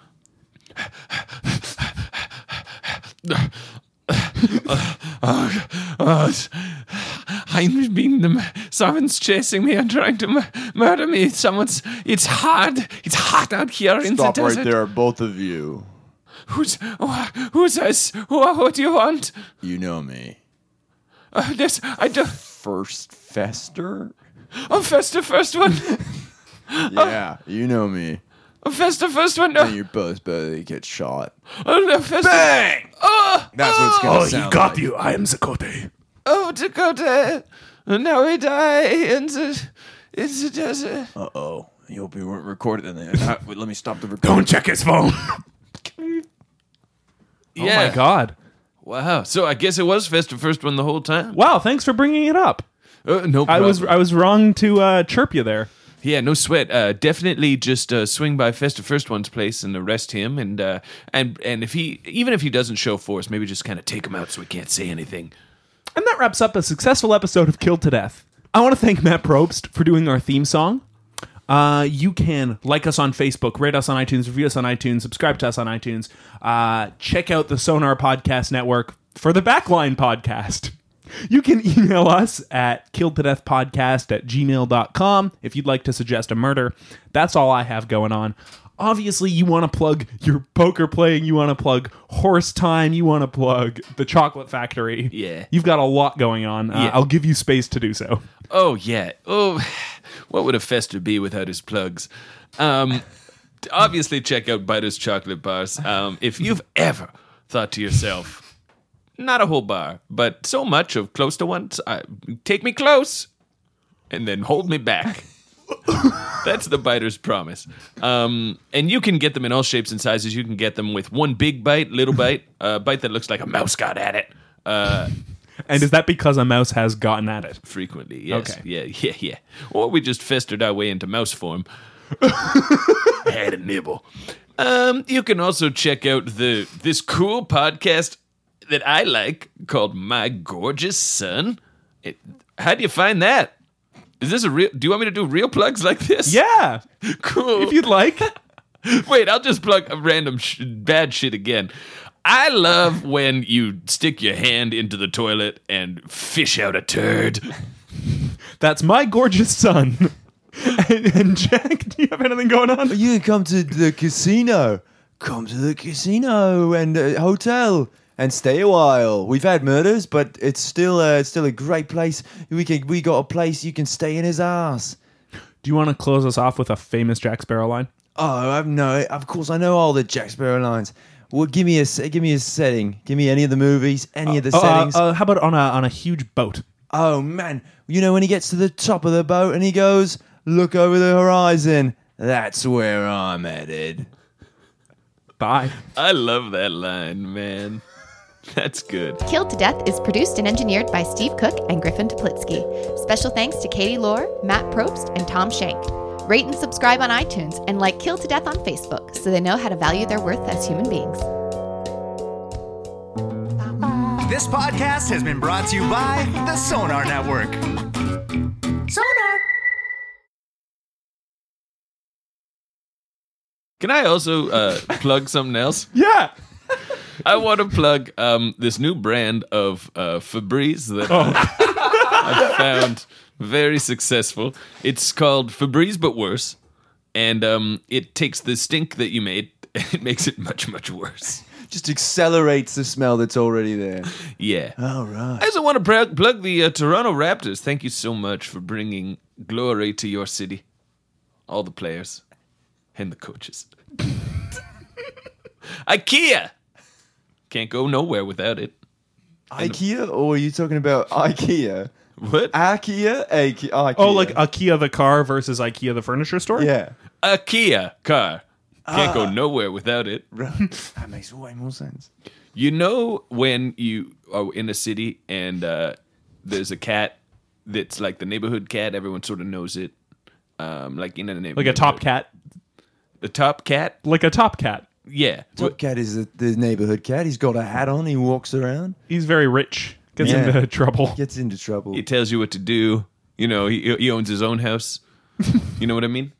Speaker 4: I'm being them. Someone's chasing me and trying to m- murder me. Someone's. It's hard. It's hot out here in the desert.
Speaker 5: both of you.
Speaker 4: Who's oh, who's us? Who, what do you want?
Speaker 5: You know me.
Speaker 4: Uh, this I do.
Speaker 5: First Fester?
Speaker 4: Oh, first the first one.
Speaker 5: Yeah, you know me.
Speaker 4: Oh, first the first one. Oh,
Speaker 5: you both better get shot.
Speaker 4: oh no, first.
Speaker 5: Bang!
Speaker 4: Oh,
Speaker 5: That's what it's gonna sound like.
Speaker 1: you. I am Zakote.
Speaker 4: oh, Dakota. Now we die in the in the desert.
Speaker 5: Uh oh. You hope you weren't recorded in there. Uh, wait, let me stop the recording.
Speaker 1: Don't check his phone. Oh
Speaker 4: Yeah.
Speaker 1: my god.
Speaker 4: Wow. So I guess it was first the first one the whole time.
Speaker 1: Wow, thanks for bringing it up.
Speaker 4: Uh, no problem.
Speaker 1: I was I was wrong to uh, chirp you there.
Speaker 4: Yeah, no sweat. Uh, definitely just uh, swing by Festa First One's place and arrest him. And uh, and and if he even if he doesn't show force, maybe just kind of take him out so he can't say anything.
Speaker 1: And that wraps up a successful episode of Killed to Death. I want to thank Matt Probst for doing our theme song. Uh, you can like us on Facebook, rate us on iTunes, review us on iTunes, subscribe to us on iTunes. Uh, check out the Sonar Podcast Network for the Backline Podcast. You can email us at killedtodeathpodcast at gmail.com if you'd like to suggest a murder. That's all I have going on. Obviously, you want to plug your poker playing, you want to plug horse time, you want to plug the chocolate factory.
Speaker 4: Yeah.
Speaker 1: You've got a lot going on. Uh,
Speaker 4: Yeah.
Speaker 1: I'll give you space to do so.
Speaker 4: Oh yeah. Oh, what would a Festa be without his plugs? Um, obviously, check out Biter's Chocolate Bars. Um, if you've ever thought to yourself, not a whole bar, but so much of close to one, I, take me close, and then hold me back. That's the biter's promise. Um, and you can get them in all shapes and sizes. You can get them with one big bite, little bite, a bite that looks like a mouse got at it. Uh,
Speaker 1: And is that because a mouse has gotten at it?
Speaker 4: frequently. Yes.
Speaker 1: Okay.
Speaker 4: Yeah, yeah, yeah. Or we just festered our way into mouse form. Had a nibble. Um, you can also check out the this cool podcast that I like called My Gorgeous Son. It, how do you find that? Is this a real? Do you want me to do real plugs like this?
Speaker 1: Yeah.
Speaker 4: cool.
Speaker 1: If you'd like.
Speaker 4: Wait, I'll just plug a random sh- bad shit again. I love when you stick your hand into the toilet and fish out a turd.
Speaker 1: That's my gorgeous son. and, and Jack, do you have anything going on?
Speaker 5: You can come to the casino. Come to the casino and uh, hotel and stay a while. We've had murders, but it's still uh, it's still a great place. We can we got a place you can stay in his ass.
Speaker 1: Do you want to close us off with a famous Jack Sparrow line?
Speaker 5: Oh, I know. Of course, I know all the Jack Sparrow lines. Well, give me a se- give me a setting. Give me any of the movies, any of the
Speaker 1: Oh, uh,
Speaker 5: settings.
Speaker 1: uh, how about on a on a huge boat?
Speaker 5: oh man, you know when he gets to the top of the boat and he goes, "Look over the horizon. That's where I'm headed."
Speaker 1: Bye.
Speaker 4: I love that line, man. That's good.
Speaker 6: Killed to Death is produced and engineered by Steve Cook and Griffin Toplitsky. Special thanks to Katie Lohr, Matt Probst, and Tom Shank. Rate and subscribe on iTunes and like Killed to Death on Facebook so they know how to value their worth as human beings.
Speaker 7: This podcast has been brought to you by the Sonar Network. Sonar!
Speaker 4: Can I also uh, plug something else?
Speaker 1: Yeah.
Speaker 4: I want to plug um, this new brand of uh, Febreze that I've found very successful. It's called Febreze but worse, and um, it takes the stink that you made. and It makes it much, much worse.
Speaker 5: Just accelerates the smell that's already there.
Speaker 4: Yeah.
Speaker 5: All right.
Speaker 4: I also want to pr- plug the uh, Toronto Raptors. Thank you so much for bringing glory to your city, all the players and the coaches. IKEA can't go nowhere without it.
Speaker 5: IKEA, or are you talking about IKEA?
Speaker 4: What
Speaker 5: IKEA, IKEA. IKEA.
Speaker 1: Oh, like IKEA the car versus IKEA the furniture store?
Speaker 5: yeah.
Speaker 4: IKEA car can't go nowhere without it.
Speaker 5: that makes way more sense.
Speaker 4: You know when you are in a city and uh, there's a cat that's like the neighborhood cat. Everyone sort of knows it. Um, like in a neighborhood,
Speaker 1: Like a top cat.
Speaker 4: a top cat.
Speaker 1: Like a top cat.
Speaker 4: Yeah,
Speaker 5: Top cat is the, the neighborhood cat. He's got a hat on. He walks around,
Speaker 1: He's very rich. Gets
Speaker 5: Yeah.
Speaker 1: into trouble.
Speaker 5: gets into trouble.
Speaker 4: he tells you what to do. You know, he, he owns his own house. you know what I mean?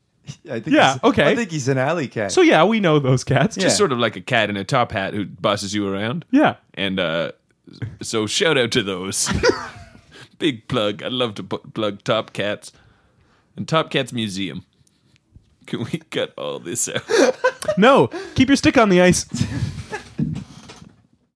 Speaker 5: I think
Speaker 1: Yeah,
Speaker 5: he's-
Speaker 1: okay.
Speaker 5: I think he's an alley cat.
Speaker 1: So yeah, we know those cats.
Speaker 5: Yeah.
Speaker 4: Just sort of like a cat in a top hat who bosses you around.
Speaker 1: Yeah.
Speaker 4: And uh, so shout out to those. Big plug. I love to pu- plug Top Cats and Top Cats Museum. Can we cut all this out?
Speaker 1: No, keep your stick on the ice.